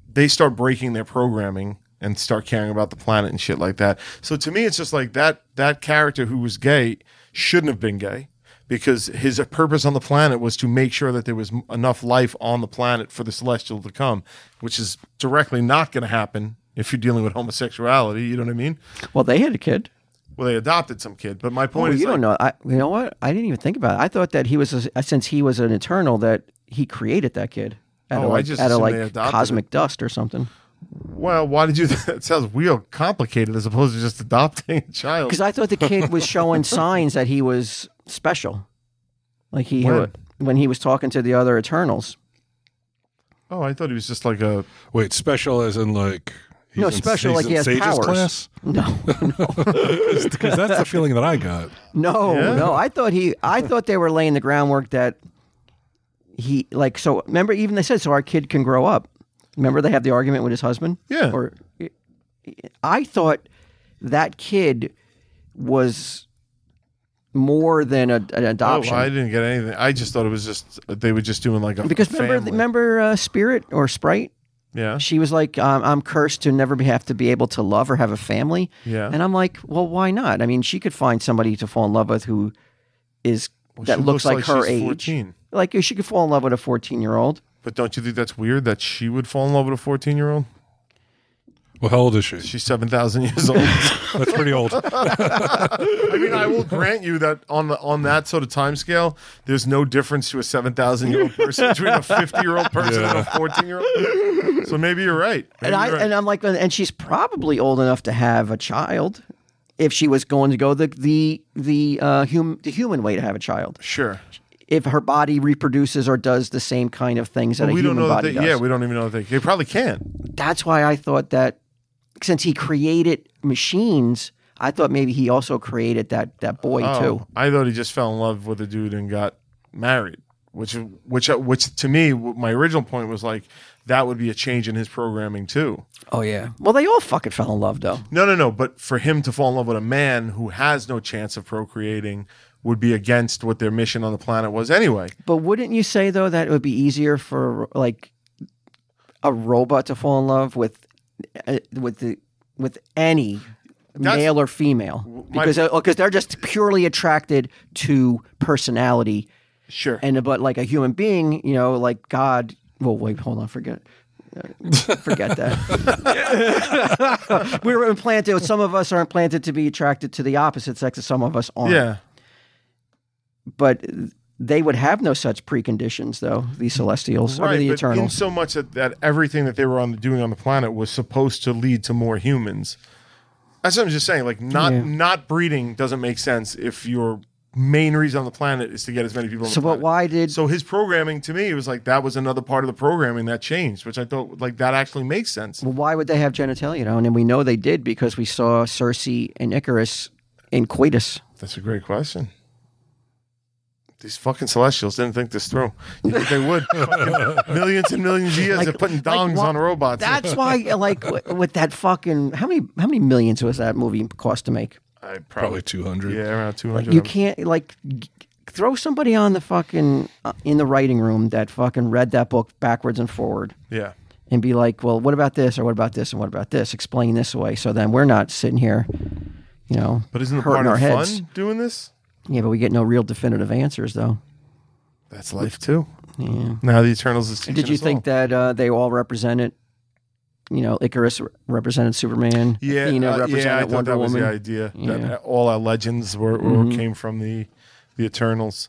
they start breaking their programming and start caring about the planet and shit like that so to me it's just like that that character who was gay shouldn't have been gay because his purpose on the planet was to make sure that there was m- enough life on the planet for the celestial to come which is directly not going to happen if you're dealing with homosexuality you know what i mean
Well, they had a kid.
well, they adopted some kid, but my
Well,
point is,
you
like,
don't know. I you know what? I didn't even think about it. I thought that he was a, since he was an eternal that he created that kid. Out
Oh,
of
I
like,
just
out of
assumed
like
they adopted
cosmic dust or something.
Well, why did you? That sounds real complicated as opposed to just adopting a child.
Because I thought the kid was showing signs that he was special, like he
When?
when he was talking to the other Eternals.
Oh, I thought he was just like a.
Wait, special as in like he's
No,
in-
special,
he's
like he
in
has
Sage's
powers.
class?
No,
'Cause that's the feeling that I got.
No,
Yeah?
no. I thought he. I thought they were laying the groundwork that he like. So remember, even they said so our kid can grow up. Remember, they have the argument with his husband.
Yeah.
Or I thought that kid was more than a, an
Oh,
adoption.
I didn't get anything. I just thought it was just they were just doing like a
because
family.
remember, remember uh, Spirit or Sprite.
yeah,
She was like, um, "I'm cursed to never be, have to be able to love or have a family."
Yeah.
and I'm like, "Well, why not? I mean, she could find somebody to fall in love with who is that
she
looks,
looks
like,
like
her
she's
age.
14.
Like she could fall in love with a 14 year old.
but don't you think that's weird that she would fall in love with a fourteen-year-old?
Well, how old is she?
She's seven thousand years old.
That's pretty old.
I mean, I will grant you that on the on that sort of time scale, there's no difference to a seven thousand year old person between a fifty year old person and a fourteen year old. So maybe you're right.
And
Maybe
I
you're right.
and I'm like, and she's probably old enough to have a child if she was going to go the the the uh, hum, the human way to have a child.
sure.
If her body reproduces or does the same kind of things that a
we
human
don't know that
body
they,
does.
yeah we don't even know that they, they probably can
that's why I thought that since he created machines, I thought maybe he also created that that boy
Oh.
too.
i thought he just fell in love with a dude and got married which which which to me w- my original point was like that would be a change in his programming too
Oh yeah. Well, they all fucking fell in love though.
no no no but for him to fall in love with a man who has no chance of procreating would be against what their mission on the planet was anyway
But wouldn't you say though that it would be easier for like a robot to fall in love with uh, with the with any
That's-
male or female
my-
because because they're just purely attracted to personality
Sure.
and but like a human being you know like God well wait hold on forget uh, forget that we were implanted some of us are implanted to be attracted to the opposite sex and some of us aren't
yeah.
but they would have no such preconditions though these celestials or
Right,
the
but in
eternals
so much that, that everything that they were on doing on the planet was supposed to lead to more humans. That's what I'm just saying. Like not
Yeah.
not breeding doesn't make sense if your main reason on the planet is to get as many people. On
so
the
but
planet.
why did
So his programming to me was like that was another part of the programming that changed, which I thought like that actually makes sense.
Well, why would they have genitalia? though? And then we know they did because we saw Circe and Icarus in coitus.
That's a great question. These fucking celestials didn't think this through. You think they would? Fucking millions and millions of years
Like-
of putting
like
dongs
wha-
on robots.
That's why, like, w- with that fucking how many how many millions was that movie cost to make?
I
Probably
probably,
200.
yeah, around two hundred.
You can't like g- throw somebody on the fucking uh, in the writing room that fucking read that book backwards and forward
Yeah.
and be like, well, what about this or what about this and what about this? Explain this away. So then we're not sitting here, you know,
But isn't the
hurting
part
our
of
heads.
fun doing this?
Yeah, but we get no real definitive answers though.
That's life too. Yeah. Now the Eternals is.
Did you think that uh, they all represented? You know, Icarus re- represented Superman.
Yeah,
Athena
uh,
represented
yeah, I thought
Wonder
that was
Woman.
the idea.
Yeah. Mm-hmm.
That all our legends were, were came from the the Eternals.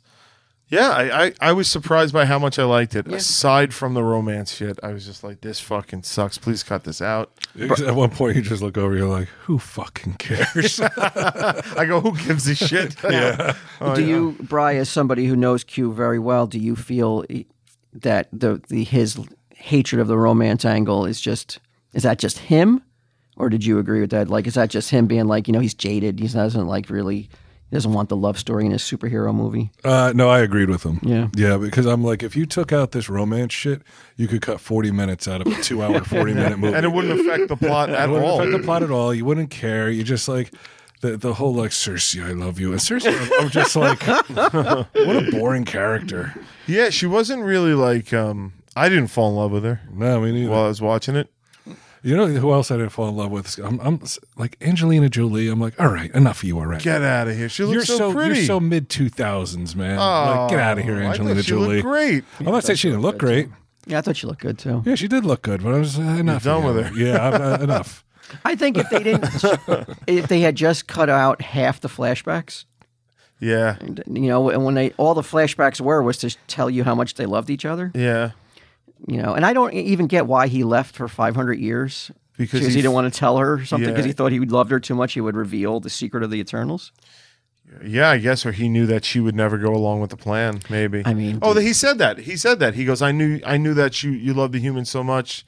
Yeah, I, I, I was surprised by how much I liked it. Aside from the romance shit, I was just like, this fucking sucks. Please cut this out.
At one point, you just look over, you're like, who fucking cares?
I go, who gives a shit? Oh, yeah.
Oh,
do you, Bry, as somebody who knows Q very well, do you feel e- that the, the his hatred of the romance angle is just is that just him, or did you agree with that? Like, is that just him being like, you know, he's jaded. He doesn't like really he doesn't want the love story in his superhero movie.
uh, no, I agreed with him.
Yeah.
Yeah, because I'm like, if you took out this romance shit, you could cut 40 minutes out of a two hour, 40 minute movie.
And it wouldn't affect the plot at
It wouldn't
all.
affect the plot at all. You wouldn't care. You just like the the whole like Circe, I love you, and Circe, I'm I'm just like, what a boring character.
Yeah, she wasn't really like. um I didn't fall in love with her
No, I mean, you-
while I was watching it.
you know who else I didn't fall in love with? I'm, I'm like Angelina Jolie. I'm like, all right, enough of you already.
Get out of here. She looks
you're so,
pretty.
you're so mid two thousands, man.
Oh,
like, get out of here,
I thought
Angelina
she looked
Jolie.
Great.
I'm not saying she didn't look great.
Yeah, I thought you looked good too.
Yeah, she did look good, but I was like, enough. of
done
you.
with her.
Yeah, I've, uh, enough.
I think if they didn't, if they had just cut out half the flashbacks,
Yeah.
you know and when they all the flashbacks were was to tell you how much they loved each other
Yeah.
you know and i don't e, even get why he left for 500 years
Because
because
he
he,
f-
didn't want to tell her or something because he
Yeah.
thought he loved her too much he would reveal the secret of the eternals
Yeah, I guess, or he knew that she would never go along with the plan. Maybe.
I mean,
oh, he said that. He said that. He goes, "I knew, I knew that you you loved the human so much.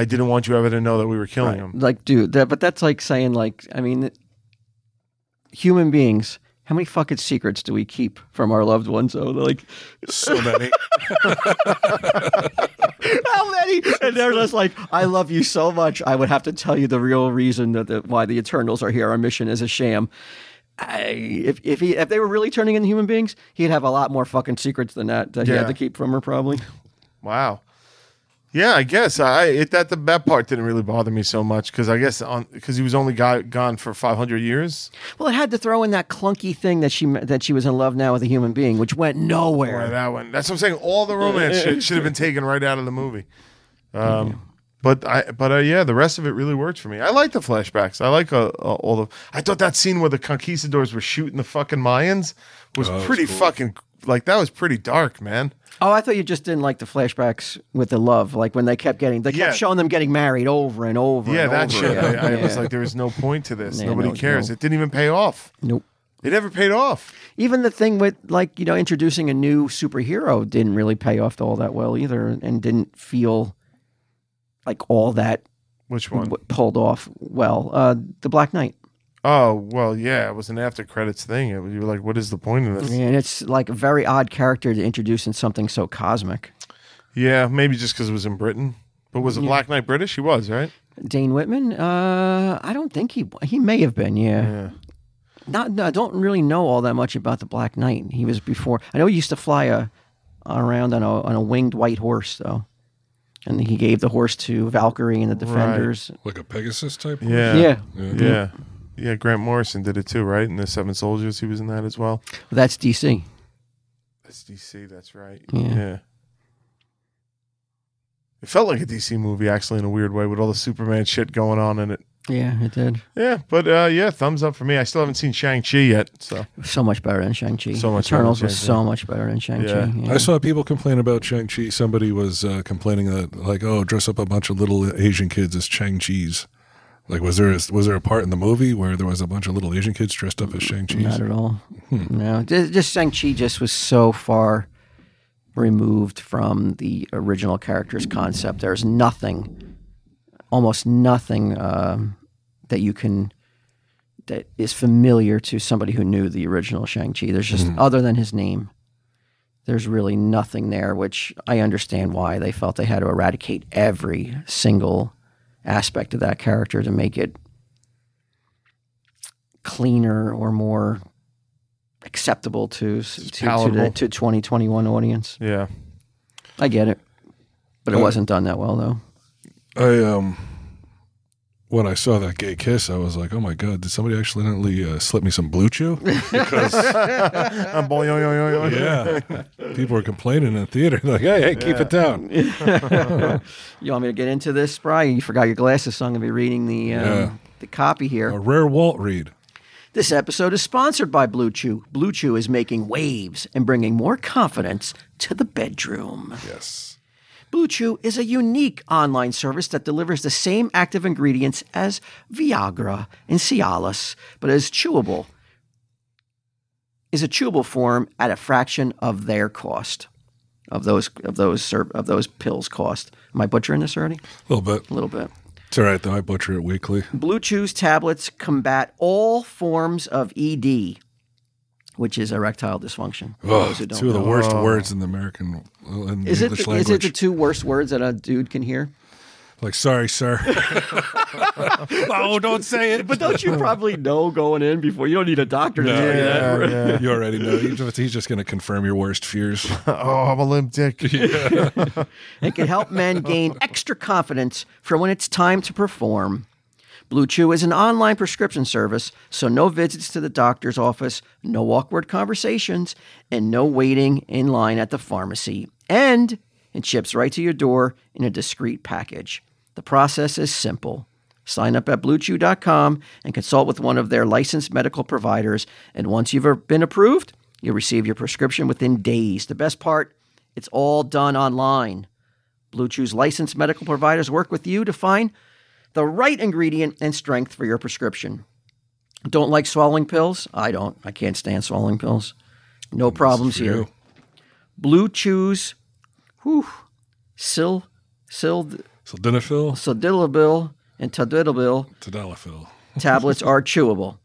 I didn't want you ever to know that we were killing him."
like dude that, but that's like saying like i mean human beings how many fucking secrets do we keep from our loved ones though like
So many.
how many and they're just like i love you so much i would have to tell you the real reason that the, why the eternals are here our mission is a sham I, if if he if they were really turning into human beings, he'd have a lot more fucking secrets than that that he
Yeah.
had to keep from her. Probably.
Wow. Yeah, I guess I it, that the that part didn't really bother me so much because I guess on because he was only guy, gone for five hundred years.
Well, it had to throw in that clunky thing that she that she was in love now with a human being, which went
Right,
nowhere.
that one. That's what I'm saying. All the romance shit should have been taken right out of the movie. Um, but I, but uh, yeah, the rest of it really worked for me. I like the flashbacks. I like uh, uh, all the. I thought that scene where the conquistadors were shooting the fucking Mayans was
that was
pretty
cool.
fucking like that was pretty dark, man.
Oh, I thought you just didn't like the flashbacks with the love, like when they kept getting they kept
Yeah.
showing them getting married over and over.
Yeah,
and
that
over
shit.
again.
I, I was
Yeah.
like, there is no point to this.
Yeah,
Nobody
no,
cares.
no.
It didn't even pay off.
nope.
It never paid off.
even the thing with like you know introducing a new superhero didn't really pay off all that well either and didn't feel like all that
Which one?
w- pulled off well uh the black knight
Oh well, yeah, it was an after credits thing. It, was- you were like, what is the point of this?
and it's like a very odd character to introduce in something so cosmic
Yeah, maybe just because it was in Britain. But was the Black Knight British? He was right.
dane whitman uh i don't think he he may have been yeah,
Yeah.
not no, i don't really know all that much about the black knight he was before i know he used to fly a around on a on a winged white horse though and he gave the horse to valkyrie and the defenders
Like a Pegasus type?
Yeah.
yeah
Yeah. yeah, Grant Morrison did it too, right? And the Seven Soldiers, he was in that as well.
That's DC.
That's DC. That's right.
Yeah.
Yeah. It felt like a DC movie, actually, in a weird way, with all the Superman shit going on in it.
Yeah, it did.
Yeah, but uh, yeah, thumbs up for me. I still haven't seen Shang Chi yet, so
So much better than Shang-Chi.
So much better than
Eternals was
Shang-Chi.
so much better than Shang-Chi.
Yeah.
yeah.
I saw people complain about Shang Chi. Somebody was uh, complaining that, like, oh, dress up a bunch of little Asian kids as Shang Chi's. Like, was there a, was there a part in the movie where there was a bunch of little Asian kids dressed up as Shang Chi's?
Not at all. No, just, just Shang Chi just was so far removed from the original character's concept. There's nothing, almost nothing, um, that you can that is familiar to somebody who knew the original Shang Chi. There's just other than his name. There's really nothing there, which I understand why they felt they had to eradicate every single aspect of that character to make it cleaner or more acceptable to to, to, the,
palatable.
to 2021 audience.
yeah.
I get it, but it
Uh,
wasn't done that well though.
I um, when I saw that gay kiss, I was like, oh my god, did somebody accidentally uh, slip me some blue chew?
Um, boy, yo, yo, yo, yo.
yeah, people were complaining in the theater, like, hey, hey, keep it down. Yeah,
You want me to get into this, Spry? You forgot your glasses, so I'm going to be reading the um,
Yeah.
the copy here.
a rare Walt read.
This episode is sponsored by Blue Chew. Blue Chew is making waves and bringing more confidence to the bedroom.
Yes.
Blue Chew is a unique online service that delivers the same active ingredients as Viagra and Cialis, but is chewable. Is a chewable form at a fraction of their cost, of those of those ser- of those pills cost. Am I butchering this already?
A little bit.
A little bit.
It's all right though. I butcher it weekly.
Blue Chew's tablets combat all forms of ED, which is erectile dysfunction. for
Oh,
those who
two
don't
of the
know.
worst words in the American uh, in the
is it,
English
the, is
language.
it the two worst words that a dude can hear?
Like, sorry, sir. oh, don't say it.
But don't you probably know going in before? You don't need a doctor to tell you that.
Yeah, yeah.
You already know. He's just, he's just going to confirm your worst fears.
Oh, I'm a limp dick.
It can help men gain extra confidence for when it's time to perform. Blue Chew is an online prescription service, so no visits to the doctor's office, no awkward conversations, and no waiting in line at the pharmacy. And it ships right to your door in a discreet package. The process is simple. Sign up at bluechew.com and consult with one of their licensed medical providers. And once you've er, been approved, you'll receive your prescription within days. The best part it's all done online. Blue Chew's licensed medical providers work with you to find the right ingredient and strength for your prescription. Don't like swallowing pills? I don't. I can't stand swallowing pills. No problems
for
here.
you.
Blue Chew's whew, sil, sil,
So, Sildenafil,
sodilabil and tadalabil
Tadalafil.
tablets are chewable.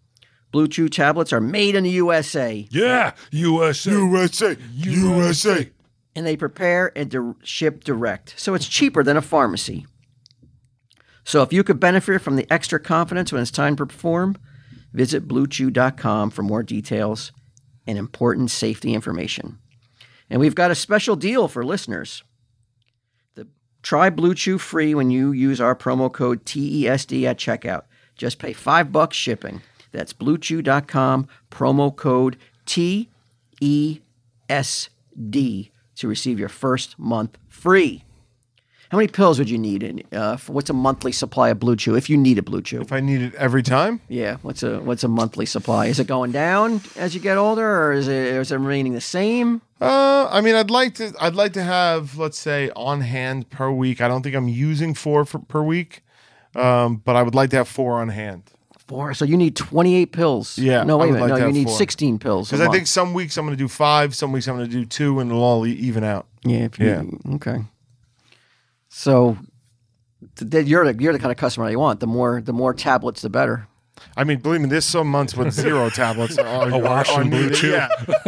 Blue Chew tablets are made in the USA.
Yeah, USA. USA. USA.
and they prepare and di- ship direct. So it's cheaper than a pharmacy. So if you could benefit from the extra confidence when it's time to perform, visit bluechew.com for more details and important safety information. And we've got a special deal for listeners. The try Blue Chew free when you use our promo code TESD at checkout. Just pay 5 bucks shipping. That's bluechew.com promo code TESD to receive your first month free. How many pills would you need? In, uh, for what's a monthly supply of Blue Chew if you need a Blue Chew?
If I need it every time,
Yeah, what's a what's a monthly supply? Is it going down as you get older, or is it is it remaining the same?
Uh, I mean, I'd like to. I'd like to have, let's say, on hand per week. I don't think I'm using four for, per week, um, but I would like to have four on hand
Four. So you need twenty eight pills.
Yeah,
No, wait
I
a
would
minute.
like to
no, you
have
need
four.
sixteen pills. a
because I
month.
think some weeks I'm going to do five, some weeks I'm going to do two, and it'll all e- even out.
Yeah. If you,
Yeah.
Okay. So, th- th- you're the you're the kind of customer I want. The more the more tablets, the better.
I mean, believe me, there's some months with zero tablets. Are,
A wash
are
and blue
needed.
chew.
Yeah.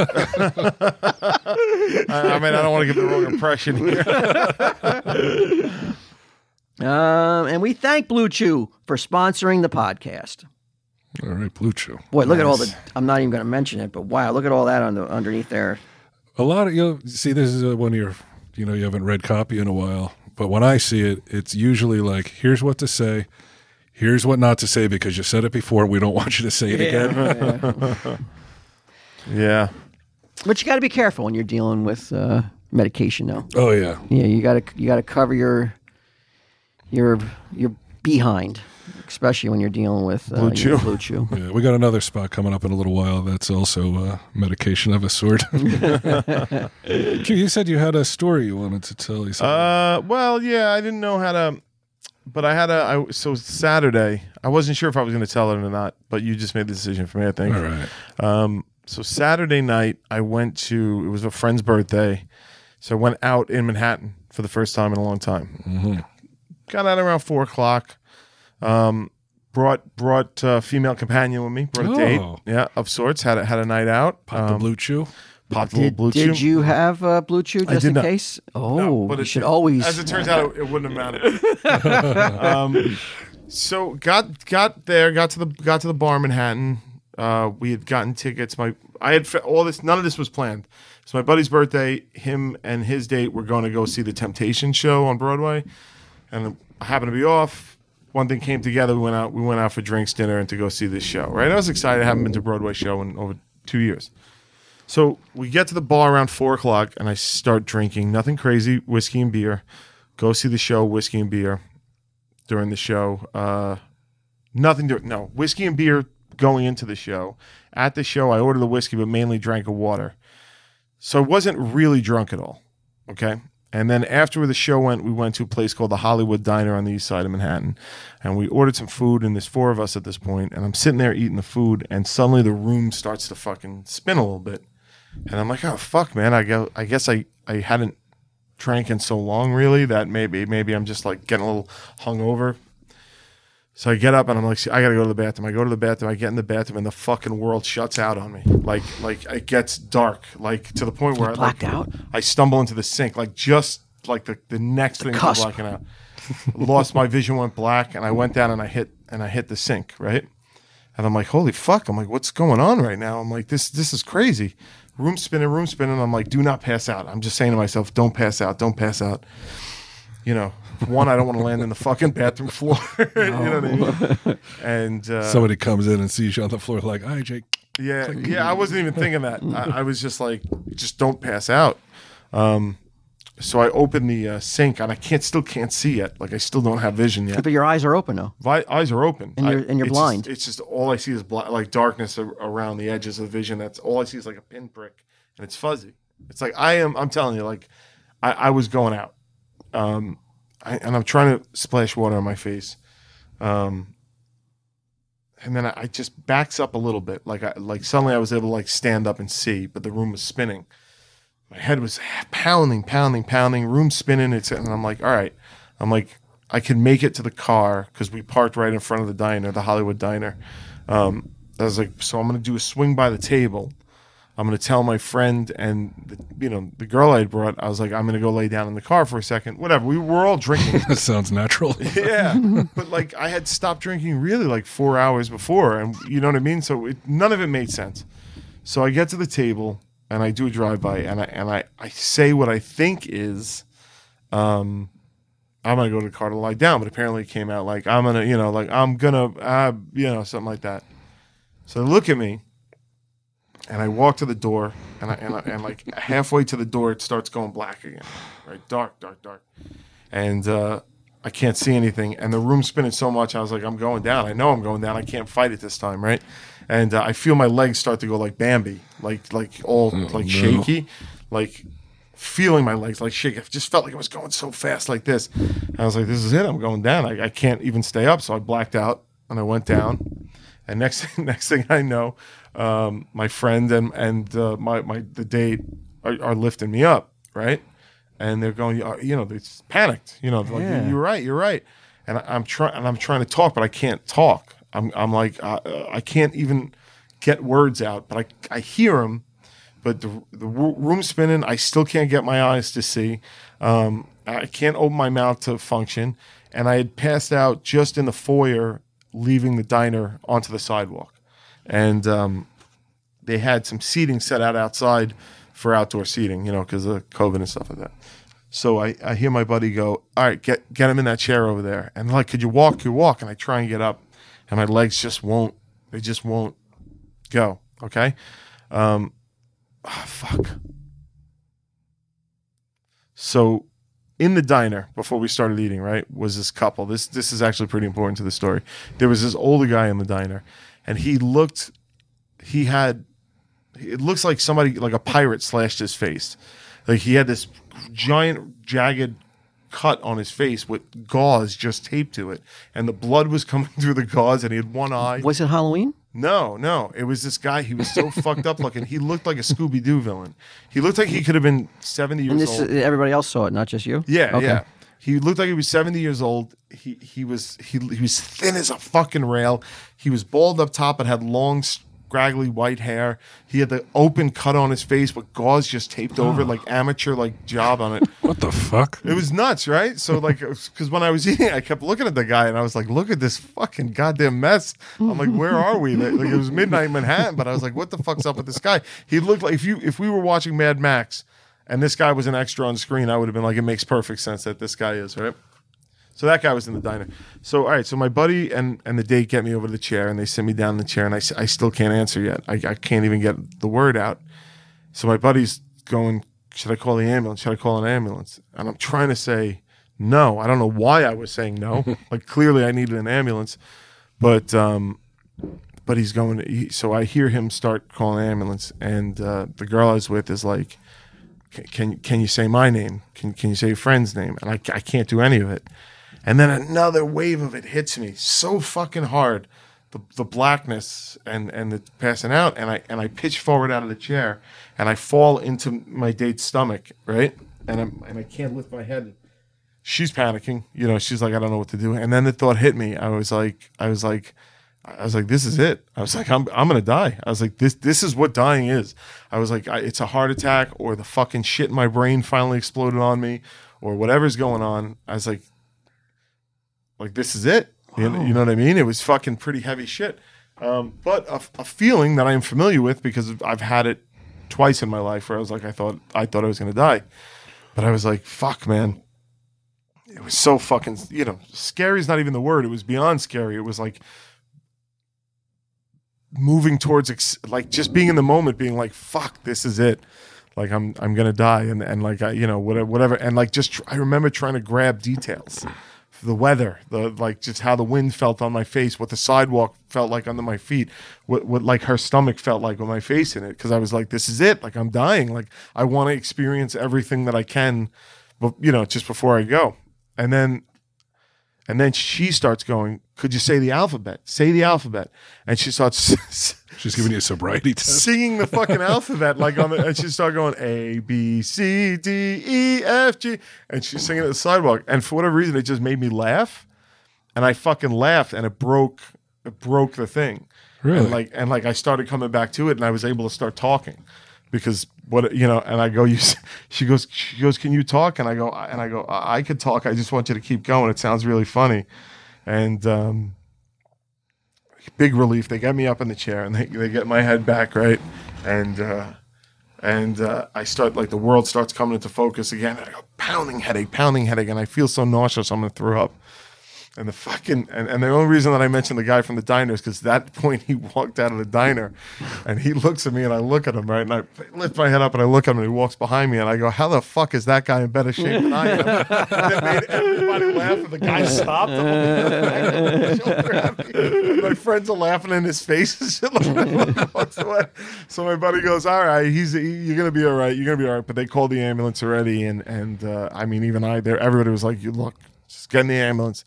I, I mean, I don't want to give the wrong impression here.
Um, and we thank Blue Chew for sponsoring the podcast.
All right, Blue Chew.
Boy, look at all the. I'm not even going to mention it, but wow, look at all that on the, underneath there.
A lot of you see, this is uh, one of your, you know, you haven't read copy in a while. But when I see it, it's usually like, here's what to say. here's what not to say because you said it before. We don't want you to say it again.
Yeah.
But you got to be careful when you're dealing with uh, medication, though.
Oh yeah,
Yeah, you got to you got to cover your your your behind, especially when you're dealing with uh,
Blue
you know,
Chew.
Blue Chew.
yeah. We got another spot coming up in a little while. That's also uh, medication of a sort. Q, you said you had a story you wanted to tell. You said,
Uh, well, yeah, I didn't know how to, but I had a. I, so Saturday, I wasn't sure if I was going to tell it or not, but you just made the decision for me, I think.
all right.
Um, so Saturday night, I went to. It was a friend's birthday, so I went out in Manhattan for the first time in a long time.
Mm-hmm.
Got out around four o'clock. Um, brought brought a female companion with me. Brought a
Oh.
date, yeah, of sorts. Had a, had a night out.
Pop the
um,
blue chew.
popped a little
Did,
blue
did
chew.
you have uh, Blue Chew just
did
in
not.
case? Oh, you
it-
should always.
As it turns out, it, it wouldn't have mattered. um, so got got there, got to the got to the bar in Manhattan. Uh, we had gotten tickets. My I had fe- all this. None of this was planned. So my buddy's birthday, him and his date were going to go see the Temptation show on Broadway, and I happened to be off. One thing came together. We went out. We went out for drinks, dinner, and to go see this show. Right? I was excited. I haven't been to a Broadway show in over two years. So we get to the bar around four o'clock, and I start drinking nothing crazy, whiskey and beer. Go see the show, whiskey and beer. During the show, uh, nothing to no whiskey and beer going into the show. At the show, I ordered the whiskey, but mainly drank a water. So I wasn't really drunk at all. Okay. And then after the show went, we went to a place called the Hollywood Diner on the east side of Manhattan. And we ordered some food, and there's four of us at this point, And I'm sitting there eating the food, and suddenly the room starts to fucking spin a little bit. And I'm like, oh fuck, man. I go. I guess I I hadn't drank in so long, really. That maybe maybe I'm just like getting a little hungover. So I get up and I'm like, I gotta go to the bathroom. I go to the bathroom. I get in the bathroom and the fucking world shuts out on me. Like like it gets dark. Like to the point where I like,
blacked out?
I stumble into the sink. Like just like the the next thing to
cusp.
blacking out. Lost my vision, went black, and I went down and I hit and I hit the sink. Right. And I'm like, holy fuck. I'm like, what's going on right now? I'm like, this this is crazy. Room spinning, room spinning. I'm like, do not pass out. I'm just saying to myself, don't pass out, don't pass out. You know, one, I don't want to land in the fucking bathroom floor. you know what I mean? And uh,
Somebody comes in and sees you on the floor, like, "Hi, Jake."
yeah, yeah, I wasn't even thinking that. I, I was just like, just don't pass out. Um, so I open the uh, sink and I can't still can't see yet. Like I still don't have vision yet.
but your eyes are open though.
My eyes are open,
And you're-
I-
and you're
it's
blind.
Just, it's just all I see is bla- like darkness ar- around the edges of vision. That's all I see is like a pinprick, and it's fuzzy. It's like I am. I'm telling you, like I, I was going out, um, I, and I'm trying to splash water on my face, um, and then I, I just backs up a little bit. Like I like suddenly I was able to like stand up and see, but the room was spinning. My head was pounding, pounding, pounding. Room spinning. It's and I'm like, all right. I'm like, I can make it to the car because we parked right in front of the diner, the Hollywood Diner. Um, I was like, so I'm gonna do a swing by the table. I'm gonna tell my friend and the, you know the girl I had brought. I was like, I'm gonna go lay down in the car for a second. Whatever. We were all drinking.
That sounds natural.
yeah, but like I had stopped drinking really like four hours before, and you know what I mean. So it, none of it made sense. So I get to the table and I do a drive by and I and I, I say what I think is, um, I'm gonna go to the car to lie down, but apparently it came out like I'm gonna you know like I'm gonna uh, you know something like that. So they look at me, and I walk to the door, and I, and, I, and like halfway to the door, it starts going black again, right? Dark, dark, dark, and uh, I can't see anything. And the room's spinning so much, I was like, I'm going down. I know I'm going down. I can't fight it this time, right? And uh, I feel my legs start to go like Bambi, like like all like shaky, like feeling my legs like shake. I just felt like it was going so fast like this. And I was like, this is it. I'm going down. I, I can't even stay up. So I blacked out and I went down. And next thing, next thing I know, um, my friend and and uh, my my the date are, are lifting me up, right? And they're going, uh, you know, they just panicked. You know, they're like,
Yeah.
you're right, you're right. And I, I'm trying, and I'm trying to talk, but I can't talk. I'm I'm like, I, uh, I can't even get words out, but I I hear them, but the the wo- room spinning. I still can't get my eyes to see. Um, I can't open my mouth to function, and I had passed out just in the foyer, leaving the diner onto the sidewalk, and um, they had some seating set out outside for outdoor seating, you know, because of COVID and stuff like that. So I, I hear my buddy go, all right, get get him in that chair over there. And like, could you walk? Could You walk. And I try and get up, and my legs just won't. They just won't go. Okay. Um, ah, fuck. So in the diner before we started eating, right, was this couple. This this is actually pretty important to the story. There was this older guy in the diner, and he looked he had it looks like somebody like a pirate slashed his face. Like he had this giant jagged cut on his face with gauze just taped to it, and the blood was coming through the gauze, and he had one eye.
Was it Halloween?
No, no. It was this guy. He was so fucked up looking. He looked like a Scooby Doo villain. He looked like he could have been 70 years
And this uh,
old.
everybody else saw it, not just you.
Yeah,
Okay.
yeah. He looked like he was seventy years old. He he was he he was thin as a fucking rail. He was bald up top and had long, scraggly white hair. He had the open cut on his face with gauze just taped over, it, like amateur like job on it.
What the fuck?
It was nuts, right? So like, because when I was eating, I kept looking at the guy, and I was like, "Look at this fucking goddamn mess." I'm like, "Where are we?" Like, like, it was midnight in Manhattan, but I was like, "What the fuck's up with this guy?" He looked like if you if we were watching Mad Max, and this guy was an extra on screen, I would have been like, "It makes perfect sense that this guy is right." So that guy was in the diner. So all right, so my buddy and and the date get me over to the chair, and they sit me down in the chair, and I, s- I still can't answer yet. I, I can't even get the word out. So my buddy's going, should I call the ambulance? Should I call an ambulance? And I'm trying to say no. I don't know why I was saying no. like clearly I needed an ambulance, but um, but he's going. He, so I hear him start calling ambulance, and uh, the girl I was with is like, "Can- can can you say my name? Can can you say your friend's name? And I I can't do any of it. And then another wave of it hits me so fucking hard, the the blackness and and the passing out, and I and I pitch forward out of the chair, and I fall into my date's stomach, right? And I'm and I can't lift my head. She's panicking, you know. She's like, I don't know what to do. And then the thought hit me. I was like, I was like. I was like, this is it. I was like, I'm, I'm gonna die. I was like, this this is what dying is. I was like, I, it's a heart attack or the fucking shit in my brain finally exploded on me or whatever's going on. I was like, like this is it. You, know, you know what I mean? It was fucking pretty heavy shit. Um, but a, a feeling that I am familiar with because I've had it twice in my life where I was like, I thought I thought I was gonna die, but I was like, fuck, man. It was so fucking, you know, scary is not even the word. It was beyond scary. It was like moving towards ex- like just being in the moment being like fuck this is it like i'm i'm gonna die and and like i you know whatever whatever and like just tr- i remember trying to grab details the weather the like just how the wind felt on my face what the sidewalk felt like under my feet what what like her stomach felt like with my face in it because i was like this is it like i'm dying like i want to experience everything that i can but you know just before i go and then and then she starts going could you say the alphabet say the alphabet and she starts
She's giving you a sobriety test.
singing the fucking alphabet like on the and she started going A B C D E F G and she's singing at the sidewalk and for whatever reason it just made me laugh and I fucking laughed and it broke it broke the thing
Really?
and like and like I started coming back to it and I was able to start talking because what you know and I go you s- she goes she goes can you talk and I go and I go I, I could talk I just want you to keep going it sounds really funny and um big relief. They got me up in the chair and they, they get my head back right, and uh, and uh, I start like the world starts coming into focus again. And I go pounding headache, pounding headache, and I feel so nauseous. I'm gonna throw up. And the fucking and, and the only reason that I mentioned the guy from the diner is because that point he walked out of the diner, and he looks at me and I look at him right and I lift my head up and I look at him and he walks behind me and I go, how the fuck is that guy in better shape than I am? that made everybody laugh and the guy stopped. I'm like, shoulder at me. my friends are laughing in his face and shit like that. Walks away. So my buddy goes, "All right, he's he- you're gonna be all right. You're gonna be all right." But they called the ambulance already, and and uh, I mean, even I there, everybody was like, "You look, just get in the ambulance."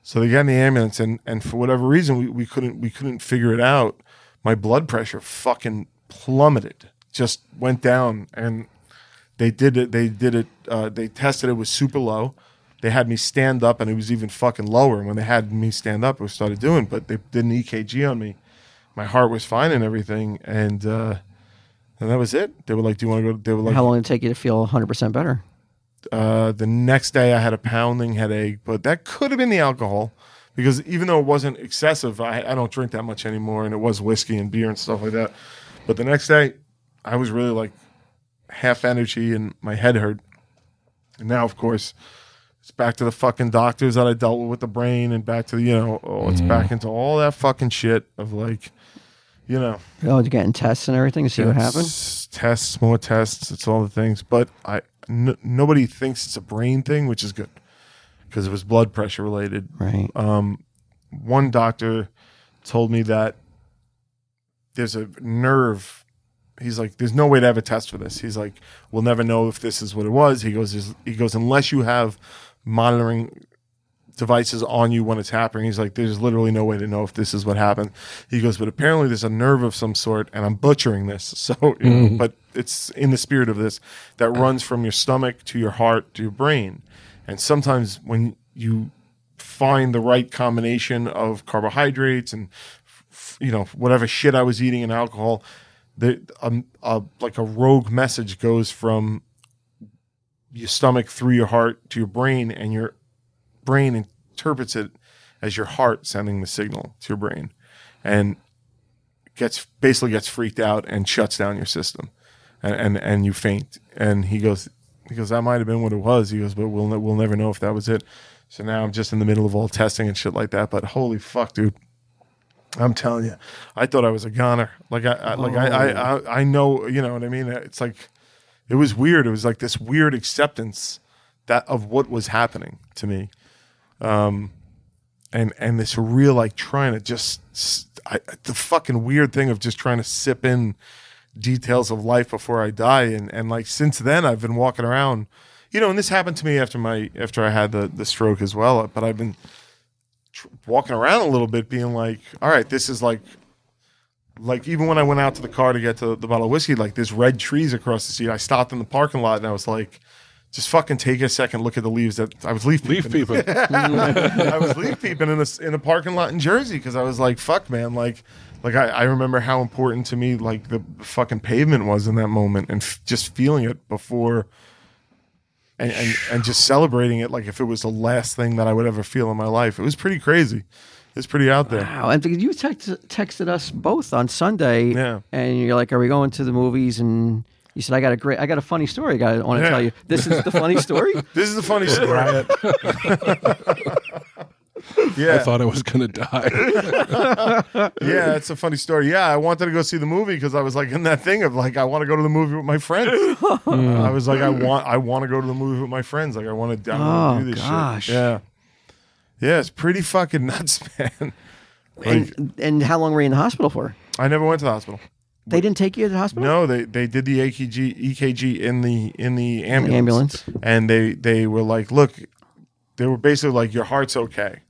So they got in the ambulance, and and for whatever reason, we, we couldn't we couldn't figure it out. My blood pressure fucking plummeted, just went down, and they did it. They did it. Uh, they tested it was super low. They had me stand up, and it was even fucking lower. And when they had me stand up, it was started doing. But they did an EKG on me. My heart was fine and everything, and uh, and that was it. They were like, "Do you want to go?" They were like,
How long did it take you to feel 100% better?
uh, the next day I had a pounding headache, but that could have been the alcohol because even though it wasn't excessive, I, I don't drink that much anymore, and it was whiskey and beer and stuff like that. But the next day, I was really like half energy and my head hurt, And now, of course, it's back to the fucking doctors that I dealt with with the brain, and back to the you know, oh, it's back into all that fucking shit of like, you know,
Oh, they're getting tests and everything to see what happened.
it's tests, more tests, it's all the things. But I, n- nobody thinks it's a brain thing, which is good because it was blood pressure related.
Right.
one doctor told me that there's a nerve. He's like, there's no way to have a test for this. He's like, we'll never know if this is what it was. He goes, "There's- he goes, unless you have monitoring devices on you when it's happening. He's like, there's literally no way to know if this is what happened. He goes, but apparently there's a nerve of some sort, and I'm butchering this. So, you know, but it's in the spirit of this that runs from your stomach to your heart to your brain. And sometimes when you find the right combination of carbohydrates and f- you know whatever shit I was eating and alcohol, the um, uh, like a rogue message goes from your stomach through your heart to your brain, and your brain interprets it as your heart sending the signal to your brain, and gets basically gets freaked out and shuts down your system, and and, and you faint. And he goes. He goes, that might have been what it was. He goes, but we'll ne- we'll never know if that was it. So now I'm just in the middle of all testing and shit like that. But holy fuck, dude, I'm telling you, I thought I was a goner. Like I, I like I, I I I know you know what I mean. It's like it was weird. It was like this weird acceptance that of what was happening to me, um, and and this real like trying to just s- I, the fucking weird thing of just trying to sip in details of life before I die. And and like since then, I've been walking around, you know. And this happened to me after my after I had the the stroke as well. But I've been tr- walking around a little bit, being like, all right, this is like. Like even when I went out to the car to get to the bottle of whiskey, like there's red trees across the street. I stopped in the parking lot and I was like, just fucking take a second, look at the leaves that I was leaf
Leaf
peeping.
people.
I was leaf peeping in a in a parking lot in Jersey because I was like, "Fuck, man!" Like, like I, I remember how important to me like the fucking pavement was in that moment, and f- just feeling it before, and, and and just celebrating it like if it was the last thing that I would ever feel in my life. It was pretty crazy. It's pretty out there.
Wow, and because you text, texted us both on Sunday,
Yeah.
and you're like, "Are we going to the movies?" And you said, "I got a great, I got a funny story. I got want to
Yeah.
tell you. This is the funny story."
This is a funny story. yeah,
I thought I was gonna die.
yeah, it's a funny story. Yeah, I wanted to go see the movie because I was like in that thing of like I want to go to the movie with my friends.
Hmm.
I was like I want I want to go to the movie with my friends. Like I want to
Oh,
download do this
gosh.
shit. Yeah, yeah, it's pretty fucking nuts, man. Like
and, and how long were you in the hospital for?
I never went to the hospital.
They didn't take you to the hospital.
No, they they did the EKG EKG E in the in the
The
ambulance,
ambulance.
and they they were like, look, they were basically like, your heart's okay,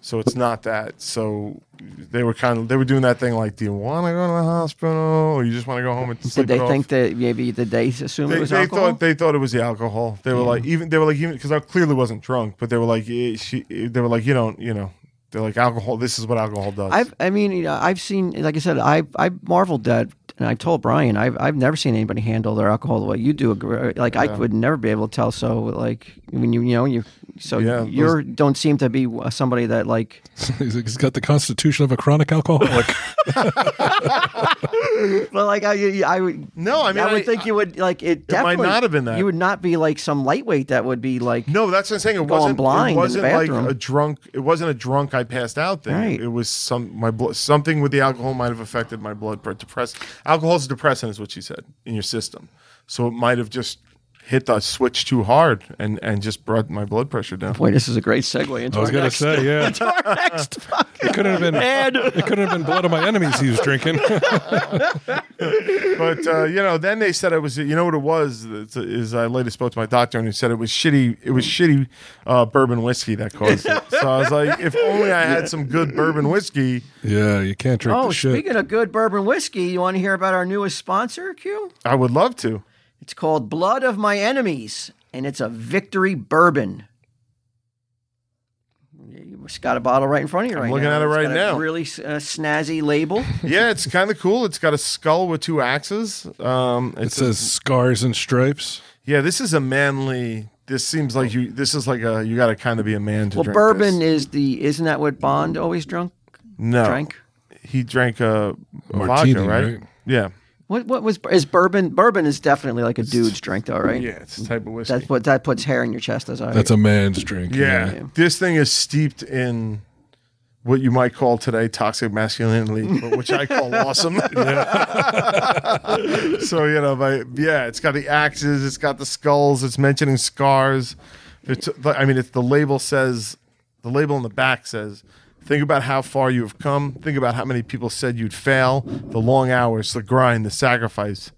so it's not that. So they were kind of they were doing that thing like, do you want to go to the hospital or you just want to go home and
Did
sleep
they
it off?
think that maybe did they assume
they,
it was
they
alcohol?
thought they thought it was the alcohol. They were like even they were like even because I clearly wasn't drunk, but they were like eh, she, eh, they were like you don't you know they're like alcohol. This is what alcohol does.
I've, I mean, you know, I've seen, like I said, I I marveled at, and I told Brian, I've I've never seen anybody handle their alcohol the way you do. Like I would never be able to tell. So like when you you know you so
Yeah,
you don't seem to be uh, somebody that like
He's he's got the constitution of a chronic alcoholic.
well like I I would.
no, I mean
I would think you would like it.
It might
Definitely,
not have been that.
You would not be like some lightweight that would be like.
No, that's what I'm saying. It
Going
wasn't
blind in
It
the
wasn't like
bathroom.
a drunk. It wasn't a drunk. I passed out thing.
Right.
It was some my blo- something with the alcohol might have affected my blood. But depressed. Alcohol's a depressant, is what she said in your system. So it might have just hit the switch too hard and and just brought my blood pressure down.
Boy, this is a great segue into
I was
our
gonna
next,
say, yeah.
into our next fucking
Couldn't have been.
ad.
It couldn't have been blood of my enemies he was drinking.
but uh, you know, then they said it was. You know what it was? It's- Is I later spoke to my doctor and he said it was shitty. It was shitty uh, bourbon whiskey that caused it. So I was like, if only I had some good bourbon whiskey.
yeah, you can't drink
Oh,
the shit.
speaking of good bourbon whiskey, you want to hear about our newest sponsor, Q?
I would love to.
It's called Blood of My Enemies, and it's a victory bourbon. You just got a bottle right in front of you right
looking
now.
at it
It's
right
got a
now.
really uh, snazzy label.
yeah, it's kind of cool. It's got a skull with two axes. Um,
it
it's
says scars and stripes.
yeah, this is a manly. This seems like you. This is like a you got to kind of be a man to
well,
drink
bourbon
This.
is the isn't that what Bond always drunk?
No,
Drank.
he drank a, a
Martini,
vodka, right?
right?
Yeah,
What what was is bourbon? Bourbon is definitely like a dude's drink, though, right?
Yeah, it's a type of whiskey.
That's what that puts hair in your chest, as I.
That's a man's drink.
Yeah. This thing is steeped in what you might call today toxic masculinity, but which I call awesome. so, you know, by, yeah, it's got the axes, it's got the skulls, it's mentioning scars. It's, I mean, it's the label says, the label on the back says, think about how far you have come. Think about how many people said you'd fail, the long hours, the grind, the sacrifice.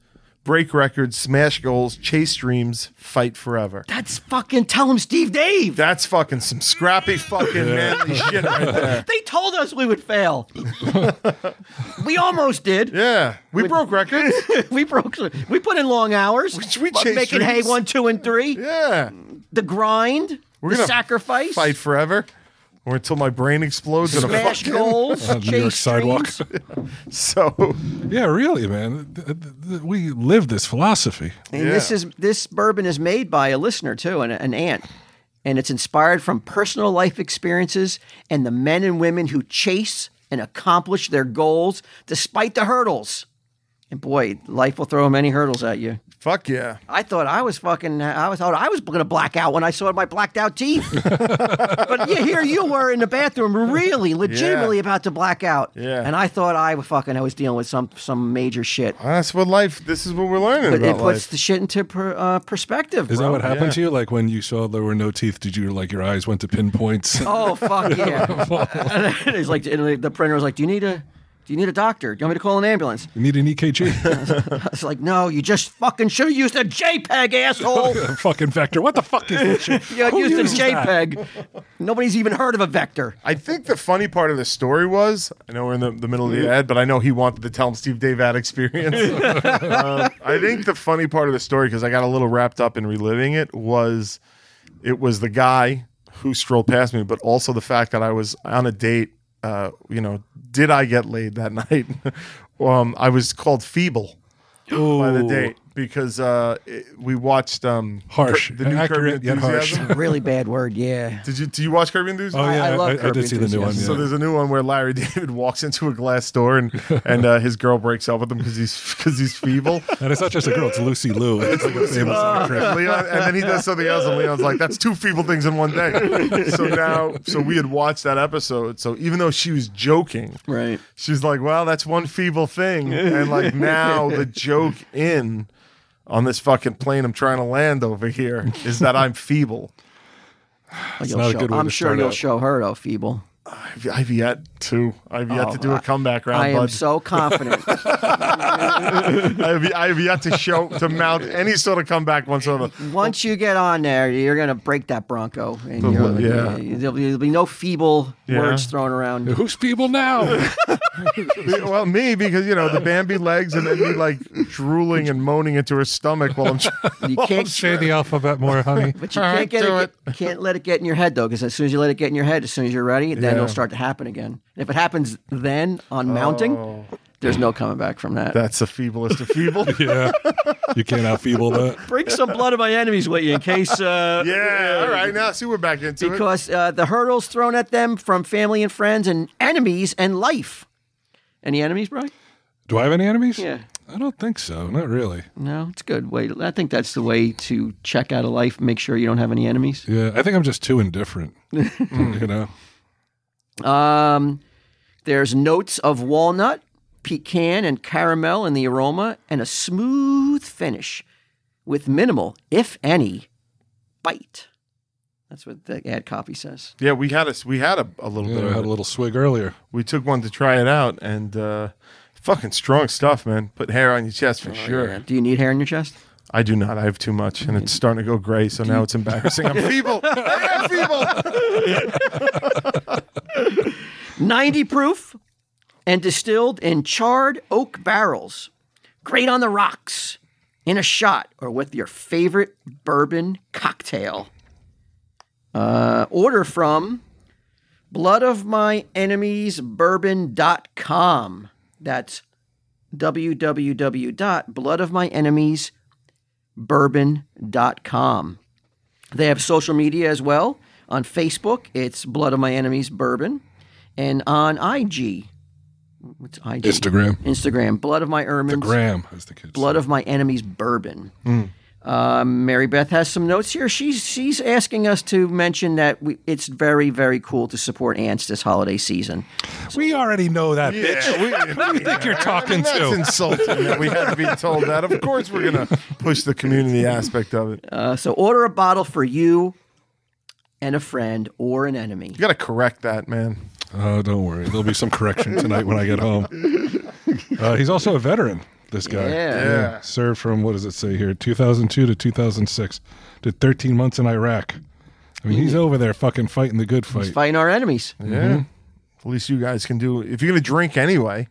Break records, smash goals, chase dreams, fight forever.
That's fucking tell him, Steve Dave.
That's fucking some scrappy fucking manly shit right there.
They told us we would fail. we almost did.
Yeah, we broke records.
We broke. We put in long hours.
Which we
but
chased
making hay
dreams.
one, two, and three.
Yeah,
The grind. the
gonna
sacrifice.
fight forever, or until my brain explodes in a
smash
fucking.
goals.
On New York
chase
sidewalks.
dreams.
So
Yeah, really, man. Th- th- th- We live this philosophy.
And this
Yeah.
is this bourbon is made by a listener too, an, an aunt, and it's inspired from personal life experiences and the men and women who chase and accomplish their goals despite the hurdles. And boy, life will throw many hurdles at you.
fuck yeah,
I thought I was fucking. I was thought I was going to black out when I saw my blacked out teeth. but yeah, here you were in the bathroom, really, legitimately about to black out.
Yeah.
And I thought I was fucking. I was dealing with some some major shit.
that's what life. This is what we're learning
But it
about
puts
life.
the shit into per, uh, perspective.
Is that
bro.
what happened
yeah.
to you? Like when you saw there were no teeth, did you like your eyes went to pinpoints?
Oh fuck yeah! and he's like, and the printer was like, "Do you need a, do you need a doctor? Do you want me to call an ambulance?"
You need an E EKG.
I was like, "No, you just fucking should have used a JPEG, asshole.
fucking vector. What the fuck is this shit?
You
Who
used
uses
a
that?
JPEG. Nobody's even heard of a vector."
I think the funny part of the story was I know we're in the, the middle of the ad, but I know he wanted to tell him Steve Dave ad experience. Um, I think the funny part of the story, because I got a little wrapped up in reliving it, was it was the guy who strolled past me, but also the fact that I was on a date. Uh, you know, did I get laid that night? um, I was called feeble by the date because uh, it- we watched um,
Harsh.
Cur- the new
Accurate
Curb Your
yet harsh.
Enthusiasm.
Really bad word. Yeah.
Did you do you watch Curb Your Enthusiasm?
Oh yeah,
I- I
I,
love
I,
Curb
did see the new one.
Enthusiasm.
Yeah.
So there's a new one where Larry David walks into a glass door and and uh, his girl breaks up with him because he's because he's feeble.
and it's not just a girl; it's Lucy Liu. It's like a famous actress.
And Leon, and then he does something else, and Leon's like, "That's two feeble things in one day." So now, so we had watched that episode. So even though she was joking,
Right.
she's like, "Well, that's one feeble thing," and like now the joke in on this fucking plane I'm trying to land over here is that I'm feeble.
You'll
not a
show-
good way
I'm
to
sure
start
you'll
out.
show her though, feeble.
I've, I've yet to. I've yet
Oh,
to do a
I-
comeback round.
I am
bud.
so confident.
I have, I have yet to show to mount any sort of comeback whatsoever.
Once you get on there, you're gonna break that Bronco, and
Oh,
you're,
Yeah.
there'll, be, there'll be no feeble
Yeah.
words thrown around.
Who's feeble now?
Well, me because you know the Bambi legs and then me like drooling and moaning into her stomach while I'm. Trying.
You can't
Say the alphabet more, honey.
But you
All
can't
right,
get
do
it, Can't let it get in your head though, because as soon as you let it get in your head, as soon as you're ready, then
Yeah.
it'll start to happen again. And if it happens then on mounting,
Oh.
there's no coming back from that.
That's the feeblest of feeble.
Yeah, you can't out feeble that.
Bring some blood of my enemies with you in case. Uh,
Yeah. All right. Now see we're back into it.
Because uh, the hurdles thrown at them from family and friends and enemies and life. Any enemies, Brian?
Do I have any enemies?
Yeah.
I don't think so. Not really.
No, it's good. Wait, I think that's the way to check out of life. Make sure you don't have any enemies.
Yeah, I think I'm just too indifferent. you know,
Um, there's notes of walnut, pecan, and caramel in the aroma, and a smooth finish with minimal, if any, bite. That's what the ad copy says.
Yeah, we had a we had a, a little
yeah,
bit.
I
Of
had
it.
a little swig earlier.
We took one to try it out and. uh Fucking strong stuff, man. Put hair on your chest for sure.
Do you need hair in your chest?
I do not. I have too much, and it's starting to go gray. So now it's embarrassing. I'm feeble. I am feeble.
90 proof and distilled in charred oak barrels. Great on the rocks, in a shot, or with your favorite bourbon cocktail. Uh, order from bloodofmyenemiesbourbon.com. That's www.bloodofmyenemiesbourbon.com. They have social media as well. On Facebook, it's Blood of My Enemies Bourbon. And on IG, It's IG.
Instagram.
Instagram. Blood of my ermines.
Graham, as the kids.
Blood of my enemies bourbon.
Hmm.
Um, Mary Beth has some notes here. She's she's asking us to mention that we, it's very very cool to support ants this holiday season.
We already know that, bitch.
Yeah,
Who do you think you're talking
That's
to?
insulting that we had to be told that. Of course, we're going to push the community aspect of it.
Uh, so order a bottle for you and a friend or an enemy.
You got to correct that, man.
Oh, don't worry. There'll be some correction tonight when I get home. Uh, he's also a veteran, this guy.
Yeah.
Yeah.
Served from, what does it say here, 2002 to 2006. Did 13 months in Iraq. I mean, he's over there fucking fighting the good fight.
Fighting our enemies.
Yeah. At least you guys can do. If you're going to drink anyway,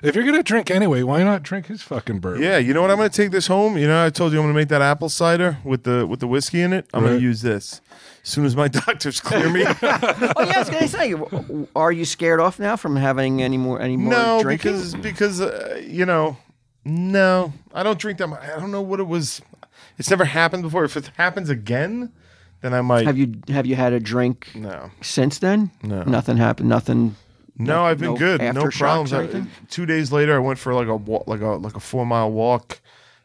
If you're going to drink anyway, why not drink his fucking bourbon?
yeah. You know what? I'm going to take this home. You know, I told you I'm going to make that apple cider with the with the whiskey in it. I'm going
Right.
to use this. As soon as my doctors clear me,
Oh yeah, I was gonna say, w- w- are you scared off now from having any more any more
no,
drinking?
because because uh, you know, no, I don't drink that. Much. I don't know what it was. It's never happened before. If it happens again, then I might.
have you have you had a drink
no,
since then?
No.
nothing happened. Nothing.
no, I've been
no
good. No
aftershocks
problems.
or
I-
anything?
two days later, I went for like a wa- like a like a four mile walk,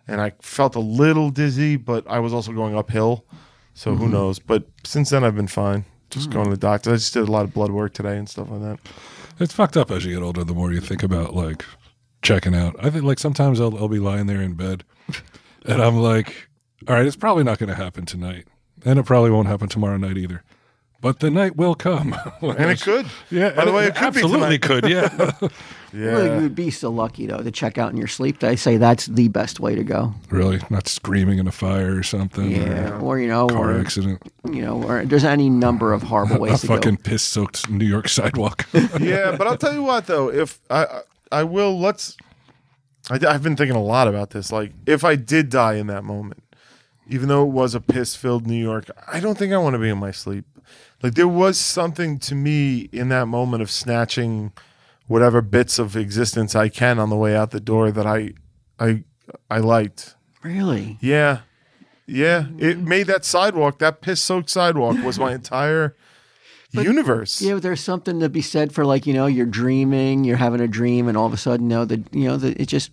and I felt a little dizzy, but I was also going uphill, so who
Mm-hmm.
knows? But since then, I've been fine. Just
Hmm.
going to the doctor. I just did a lot of blood work today and stuff like that.
It's fucked up as you get older. The more you think about like checking out, I think like sometimes I'll, I'll be lying there in bed, and I'm like, all right, it's probably not going to happen tonight, and it probably won't happen tomorrow night either. But the night will come,
And it could.
Yeah,
By the way, it could
absolutely
be tonight.
could. Yeah,
Well, you
Yeah.
would be so lucky though to check out in your sleep. I say that's the best way to go.
really, not screaming in a fire or something.
Yeah, or you know,
Or car
or,
accident,
you know, or there's any number of horrible
a
ways to
fucking
go.
piss-soaked New York sidewalk.
yeah, but I'll tell you what though, if I I I will let's I, have been thinking a lot about this. Like if I did die in that moment, even though it was a piss-filled New York, I don't think I want to be in my sleep. Like there was something to me in that moment of snatching whatever bits of existence I can on the way out the door that I I I liked.
Really?
Yeah. Yeah, it
Mm-hmm.
made that sidewalk, that piss-soaked sidewalk was my entire universe.
Yeah, but there's something to be said for like you know you're dreaming, you're having a dream, and all of a sudden, no, the you know the, it just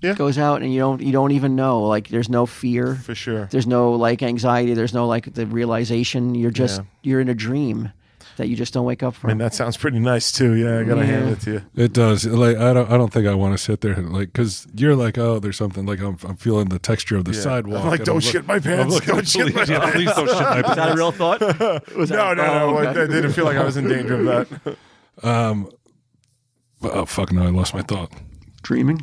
Yeah.
goes out, and you don't you don't even know. Like there's no fear,
For sure.
there's no like anxiety, there's no like the realization. You're just
Yeah.
you're in a dream that you just don't wake up from.
And that sounds pretty nice too. Yeah, I gotta hand
Yeah.
it to you.
It does. Like I don't. I don't think I want to sit there and like because you're like, oh, there's something like I'm. I'm feeling the texture of the sidewalk.
I'm like,
and
don't
I'm
shit my pants.
I'm looking
Don't
at-
shit my
please, yeah, please don't shit my
Is
pants.
that a real thought? Was
No, no,
that-
no.
oh,
I, I
okay.
didn't feel like I was in danger of that.
But, oh fuck! No, I lost my thought.
Dreaming.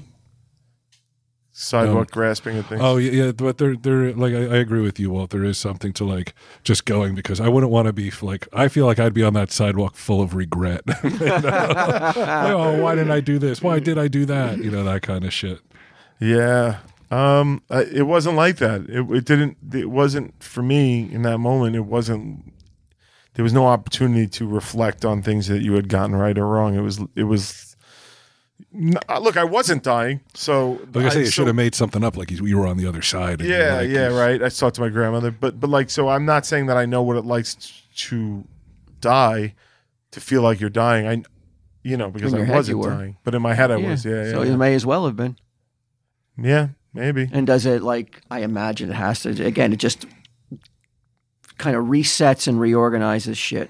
Sidewalk grasping at things.
Oh yeah, yeah, but there, there. Like I, I agree with you, Walt. There is something to like just going because I wouldn't want to be like. I feel like I'd be on that sidewalk full of regret. You know? oh, why didn't I do this? Why did I do that? You know that kind of shit.
Yeah. Um, I, it wasn't like that. It, it didn't. It wasn't for me in that moment. It wasn't. There was no opportunity to reflect on things that you had gotten right or wrong. It was. It was. n- uh, look, I wasn't dying, so
Like I, say, you
so-
should have made something up. Like you, you were on the other side. and you're
Yeah,
like-
yeah, right. I talked to my grandmother, but but like, so I'm not saying that I know what it likes t- to die, to feel like you're dying. I, you know, because
In
I
your head
wasn't
you were.
dying, but in my head I was. Yeah, yeah,
so
yeah.
it may as well have been.
Yeah, maybe.
And does it like I imagine it has to? Again, it just kind of resets and reorganizes shit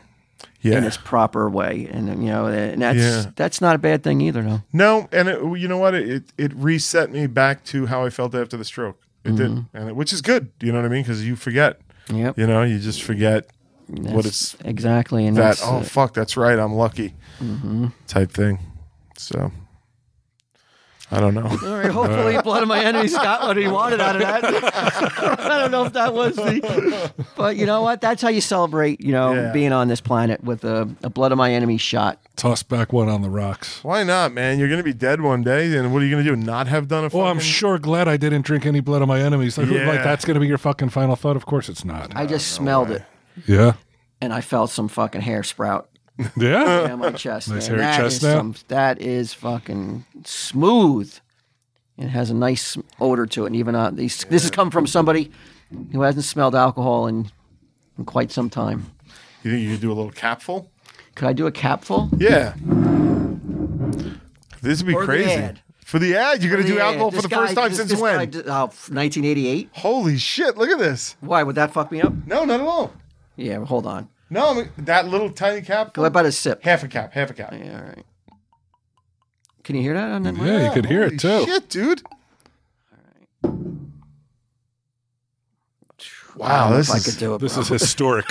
in
Yeah.
its proper way, and you know, and that's
Yeah.
that's not a bad thing either, though.
No, and it, you know what? It it reset me back to how I felt after the stroke. It did,
Mm-hmm.
and it, which is good. You know what I mean? Because you forget.
Yep.
You know, you just forget what
That's-
it's
exactly? And
that.
that's, Mm-hmm.
Oh
uh,
fuck, that's right. I'm lucky. Type thing. So. I don't know.
all right, hopefully, blood of my enemies got what he wanted out of that. I don't know if that was the, but you know what? That's how you celebrate. You know,
Yeah.
being on this planet with a, a blood of my enemy shot.
Toss back one on the rocks.
Why not, man? You're gonna be dead one day, and what are you gonna do? Not have done a fucking?
Well, Oh, I'm sure glad I didn't drink any blood of my enemies. Like,
Yeah.
like that's going to be your fucking final thought. Of course it's not.
I just smelled it,
yeah.
and I felt some fucking hair sprout.
Yeah.
down my chest.
Nice
man.
hairy
That
chest
is
now.
that is fucking smooth. It has a nice odor to it, and even uh, these, this has come from somebody who hasn't smelled alcohol in, in quite some time.
You think you could do a little capful?
Could I do a capful?
Yeah. This would be
Or the
crazy.
ad.
For the ad, you're going to do
Yeah,
alcohol for
this
the
guy-
first time
this-
since
this
when?
guy did- uh, 1988.
Holy shit, look at this.
Why would that fuck me up?
No, not at all.
Yeah, hold on.
No, I mean, that little tiny cap.
Go about a sip.
Half a cap, half a cap.
Yeah, all right. Can you hear that on that? mic?
Yeah, you could hear it
Holy
too.
Shit, dude. Wow, this
if I
is-
could do it.
This
bro.
is historic.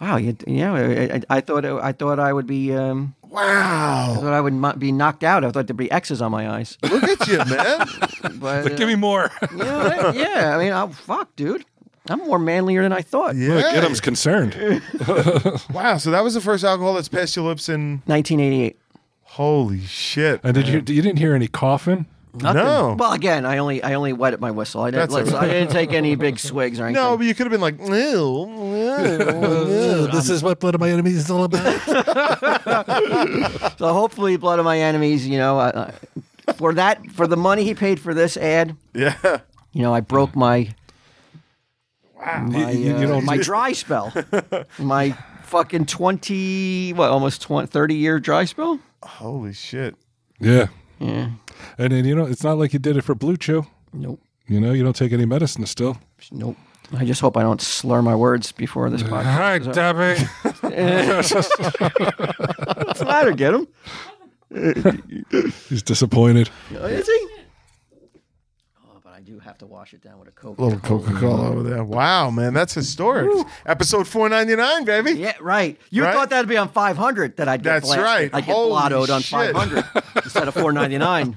wow. You, yeah, I, I- I thought I thought I would be um, I
Wow.
thought I would mo- be knocked out. I thought there'd be X's on my eyes.
Look at you, man.
But
Give me more.
you know what? yeah, I mean, I, fuck, dude, I'm more manlier than I thought.
Yeah.
Look, Adam's concerned.
Wow, so that was the first alcohol that's passed your lips in
1988.
holy shit.
And did you you didn't hear any coughing?
No.
Well, again, I only I only wet at my whistle. I didn't
That's all
listen, I didn't take any big swigs or anything.
No, but you could have been like, ew, ew, ew."
Oh, this is what blood of my enemies is all about.
So hopefully, blood of my enemies. You know, uh, uh, for that for the money he paid for this ad,
yeah.
you know, I broke my
you,
my,
you- you
uh,
don't.
my dry spell, my fucking twenty what almost 20, 30 year dry spell.
Holy shit.
yeah.
Yeah,
And then you know, it's not like you did it for Blue Chew.
nope,
You know, you don't take any medicine still.
nope. I just hope I don't slur my words before this podcast.
Hi, Debbie.
What's the matter? Get him?
He's disappointed.
Is he? Oh, but I do have to wash it down with a coke.
Little Coca Cola over there. Wow, man, that's historic. Episode 499, baby.
Yeah, right. You
Right?
thought that'd be on 500 that I'd get
That's
blasted.
right.
I'd get
Holy
blottoed on
shit.
500 instead of 499.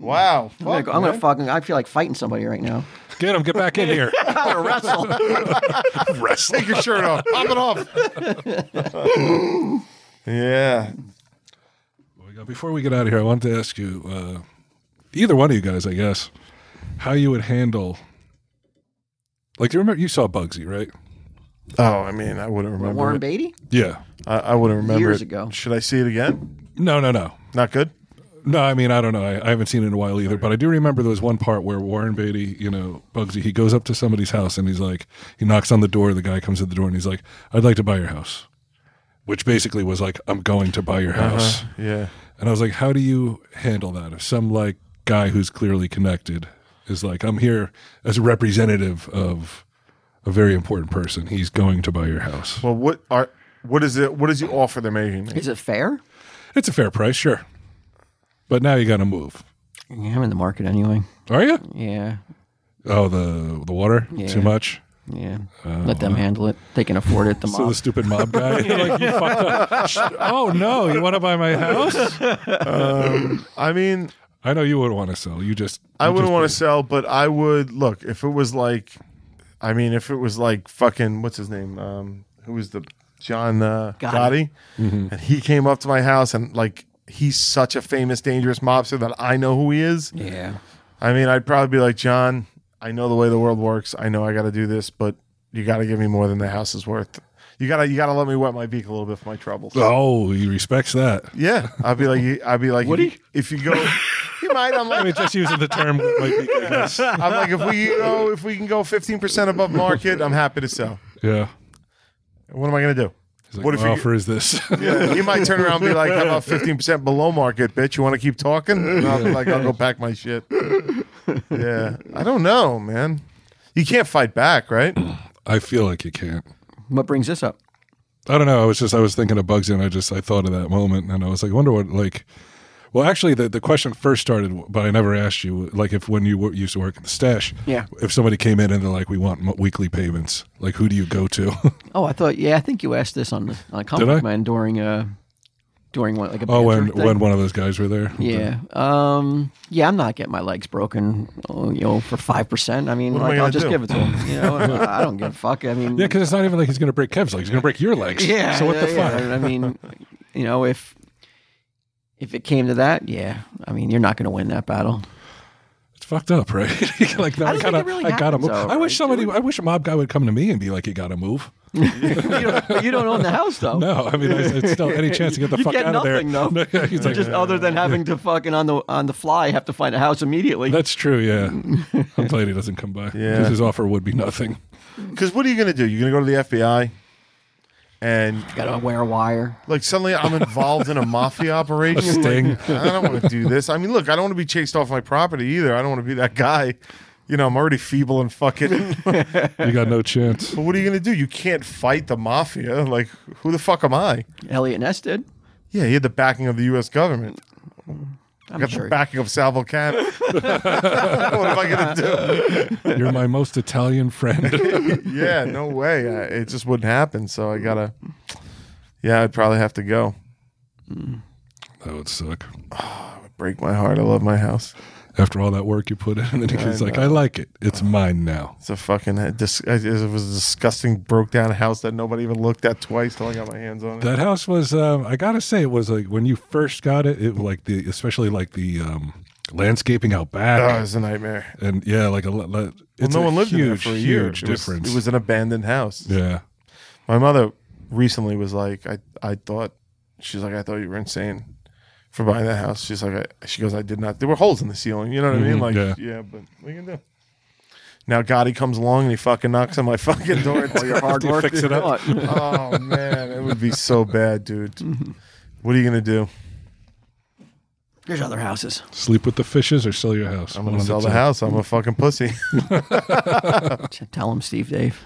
Wow.
I'm
Fuck,
gonna, I'm gonna
man.
fucking. I feel like fighting somebody right now.
Get him. Get back in here.
Gotta wrestle.
Take your shirt off. Pop it off. yeah.
Before we get out of here, I wanted to ask you, uh, either one of you guys, I guess, how you would handle. Like, do you remember you saw Bugsy, right?
Oh, I mean, I wouldn't remember.
Warren
it.
Beatty.
Yeah.
I, I wouldn't remember.
Years
it.
ago.
Should I see it again?
No, no, no.
Not good.
No, I mean, I don't know. I, I haven't seen it in a while either, but I do remember there was one part where Warren Beatty, you know, Bugsy, he goes up to somebody's house and he's like, he knocks on the door. The guy comes to the door and he's like, I'd like to buy your house, which basically was like, I'm going to buy your house.
Yeah.
And I was like, how do you handle that? If some like guy who's clearly connected is like, I'm here as a representative of a very important person, he's going to buy your house.
Well, what are what is it? What is the offer they're making? me?
Is it fair?
It's a fair price, sure. But now you got to move.
Yeah, I'm in the market anyway.
Are you?
Yeah,
Oh, the the water
Yeah.
too much.
yeah.
Uh,
Let them handle it. They can afford it. The
So
mob.
the stupid mob guy. like, you fucked up. Sh- Oh no, you want to buy my house?
I mean,
I know you would want to sell. You just
I wouldn't want to sell, but I would look if it was like, I mean, if it was like fucking what's his name, um, who was the John uh,
Gotti.
Gotti, and he came up to my house and like he's such a famous dangerous mobster that I know who he is.
yeah.
I mean, I'd probably be like John. I know the way the world works. I know I got to do this, but you got to give me more than the house is worth. You gotta you gotta let me wet my beak a little bit for my troubles.
Oh, he respects that.
Yeah, I'd be like I'd be like if, you go, he might. I'm
I
like
mean, just using the term might be because-
I'm like, if we go, if we can go 15% above market, I'm happy to sell.
Yeah.
What am I going to do?
He's like,
What
what,
if you-
offer is this?
Yeah, he might turn around and be like, how about 15% below market, bitch? You want to keep talking? And I'll be like, I'll go pack my shit. Yeah. I don't know, man. You can't fight back, right?
I feel like you can't.
What brings this up?
I don't know. I was just I was thinking of Bugsy, and I just I thought of that moment, and I was like, I wonder what like. Well, actually, the, the question first started, but I never asked you. Like, if when you were, used to work at the stash,
Yeah.
if somebody came in and they're like, "We want mo- weekly payments," like, who do you go to?
Oh, I thought. Yeah, I think you asked this on the on
Did I?
Comic Man during uh during what like a
oh, when
banter thing.
when one of those guys were there,
Yeah. Um, yeah, I'm not getting my legs broken, oh, you know, for 5%. I mean,
What am I
like,
gonna
I'll just
do?
give it to him. You know, I I don't give a fuck. I mean,
Yeah, because it's not even like he's going to break Kev's legs; he's going to break your legs.
yeah,
So what the
yeah,
fuck?
yeah. I mean, you know, if if it came to that, yeah. I mean, you're not going to win that battle.
It's fucked up, right? like, now
I
I,
don't think
gotta,
it really
I gotta
happens,
move.
though,
I
right,
wish somebody, I wish a mob guy would come to me and be like, "You gotta move."
you, don't, you don't own the house, though.
No, I mean, it's it's still any chance to get the
Oh. You
fuck
get
out
nothing, though.
of there. No, he's like,
Just other than having to fucking on the on the fly have to find a house immediately.
That's true, yeah. I'm glad he doesn't come by.
Yeah.
Because his offer would be nothing.
Because what are you going to do? You're going to go to the FBI? and
Gotta wear a wire.
like suddenly I'm involved in a mafia operation.
Sting.
Like, I don't want to do this. I mean, look, I don't want to be chased off my property either. I don't want to be that guy. You know, I'm already feeble and fucking. but
You got no chance.
what are you gonna do? You can't fight the mafia. Like, who the fuck am I?
Elliot Ness did.
Yeah, he had the backing of the U.S. government. I
I'm
got
sure.
the backing of Salvo Cat. what am I gonna do?
You're my most Italian friend.
Yeah, no way. I, it just wouldn't happen. So I gotta. Yeah, I'd probably have to go.
that would suck.
Break my heart. I love my house.
After all that work you put in, and then he's like, I like it. It's mine now.
It's a fucking it dis- it was a disgusting broke down house that nobody even looked at twice till I got my hands on it.
That house was, um, I gotta say, it was like when you first got it, it like the, especially like the um, landscaping out
oh, it
back.
was a nightmare.
and yeah, like a lot. Well,
Well, no one lived
huge,
in there for a year.
Huge
it was,
difference.
It was an abandoned house.
yeah.
My mother recently was like, I I thought she's like, I thought you were insane for buying that house. She's like, I, she goes, I did not. There were holes in the ceiling. You know what I mean?
Mhm,
Like,
yeah.
yeah. but what are you gonna do? Now Gotti comes along and he fucking knocks on my fucking door. and-
All your hard
You
work.
fix
you
it up.
thought.
oh man, it would be so bad, dude. What are you gonna do?
There's other houses.
Sleep with the fishes or sell your house.
I'm
One
gonna
of
sell the
two.
house. I'm a fucking pussy.
Tell them, Steve, Dave.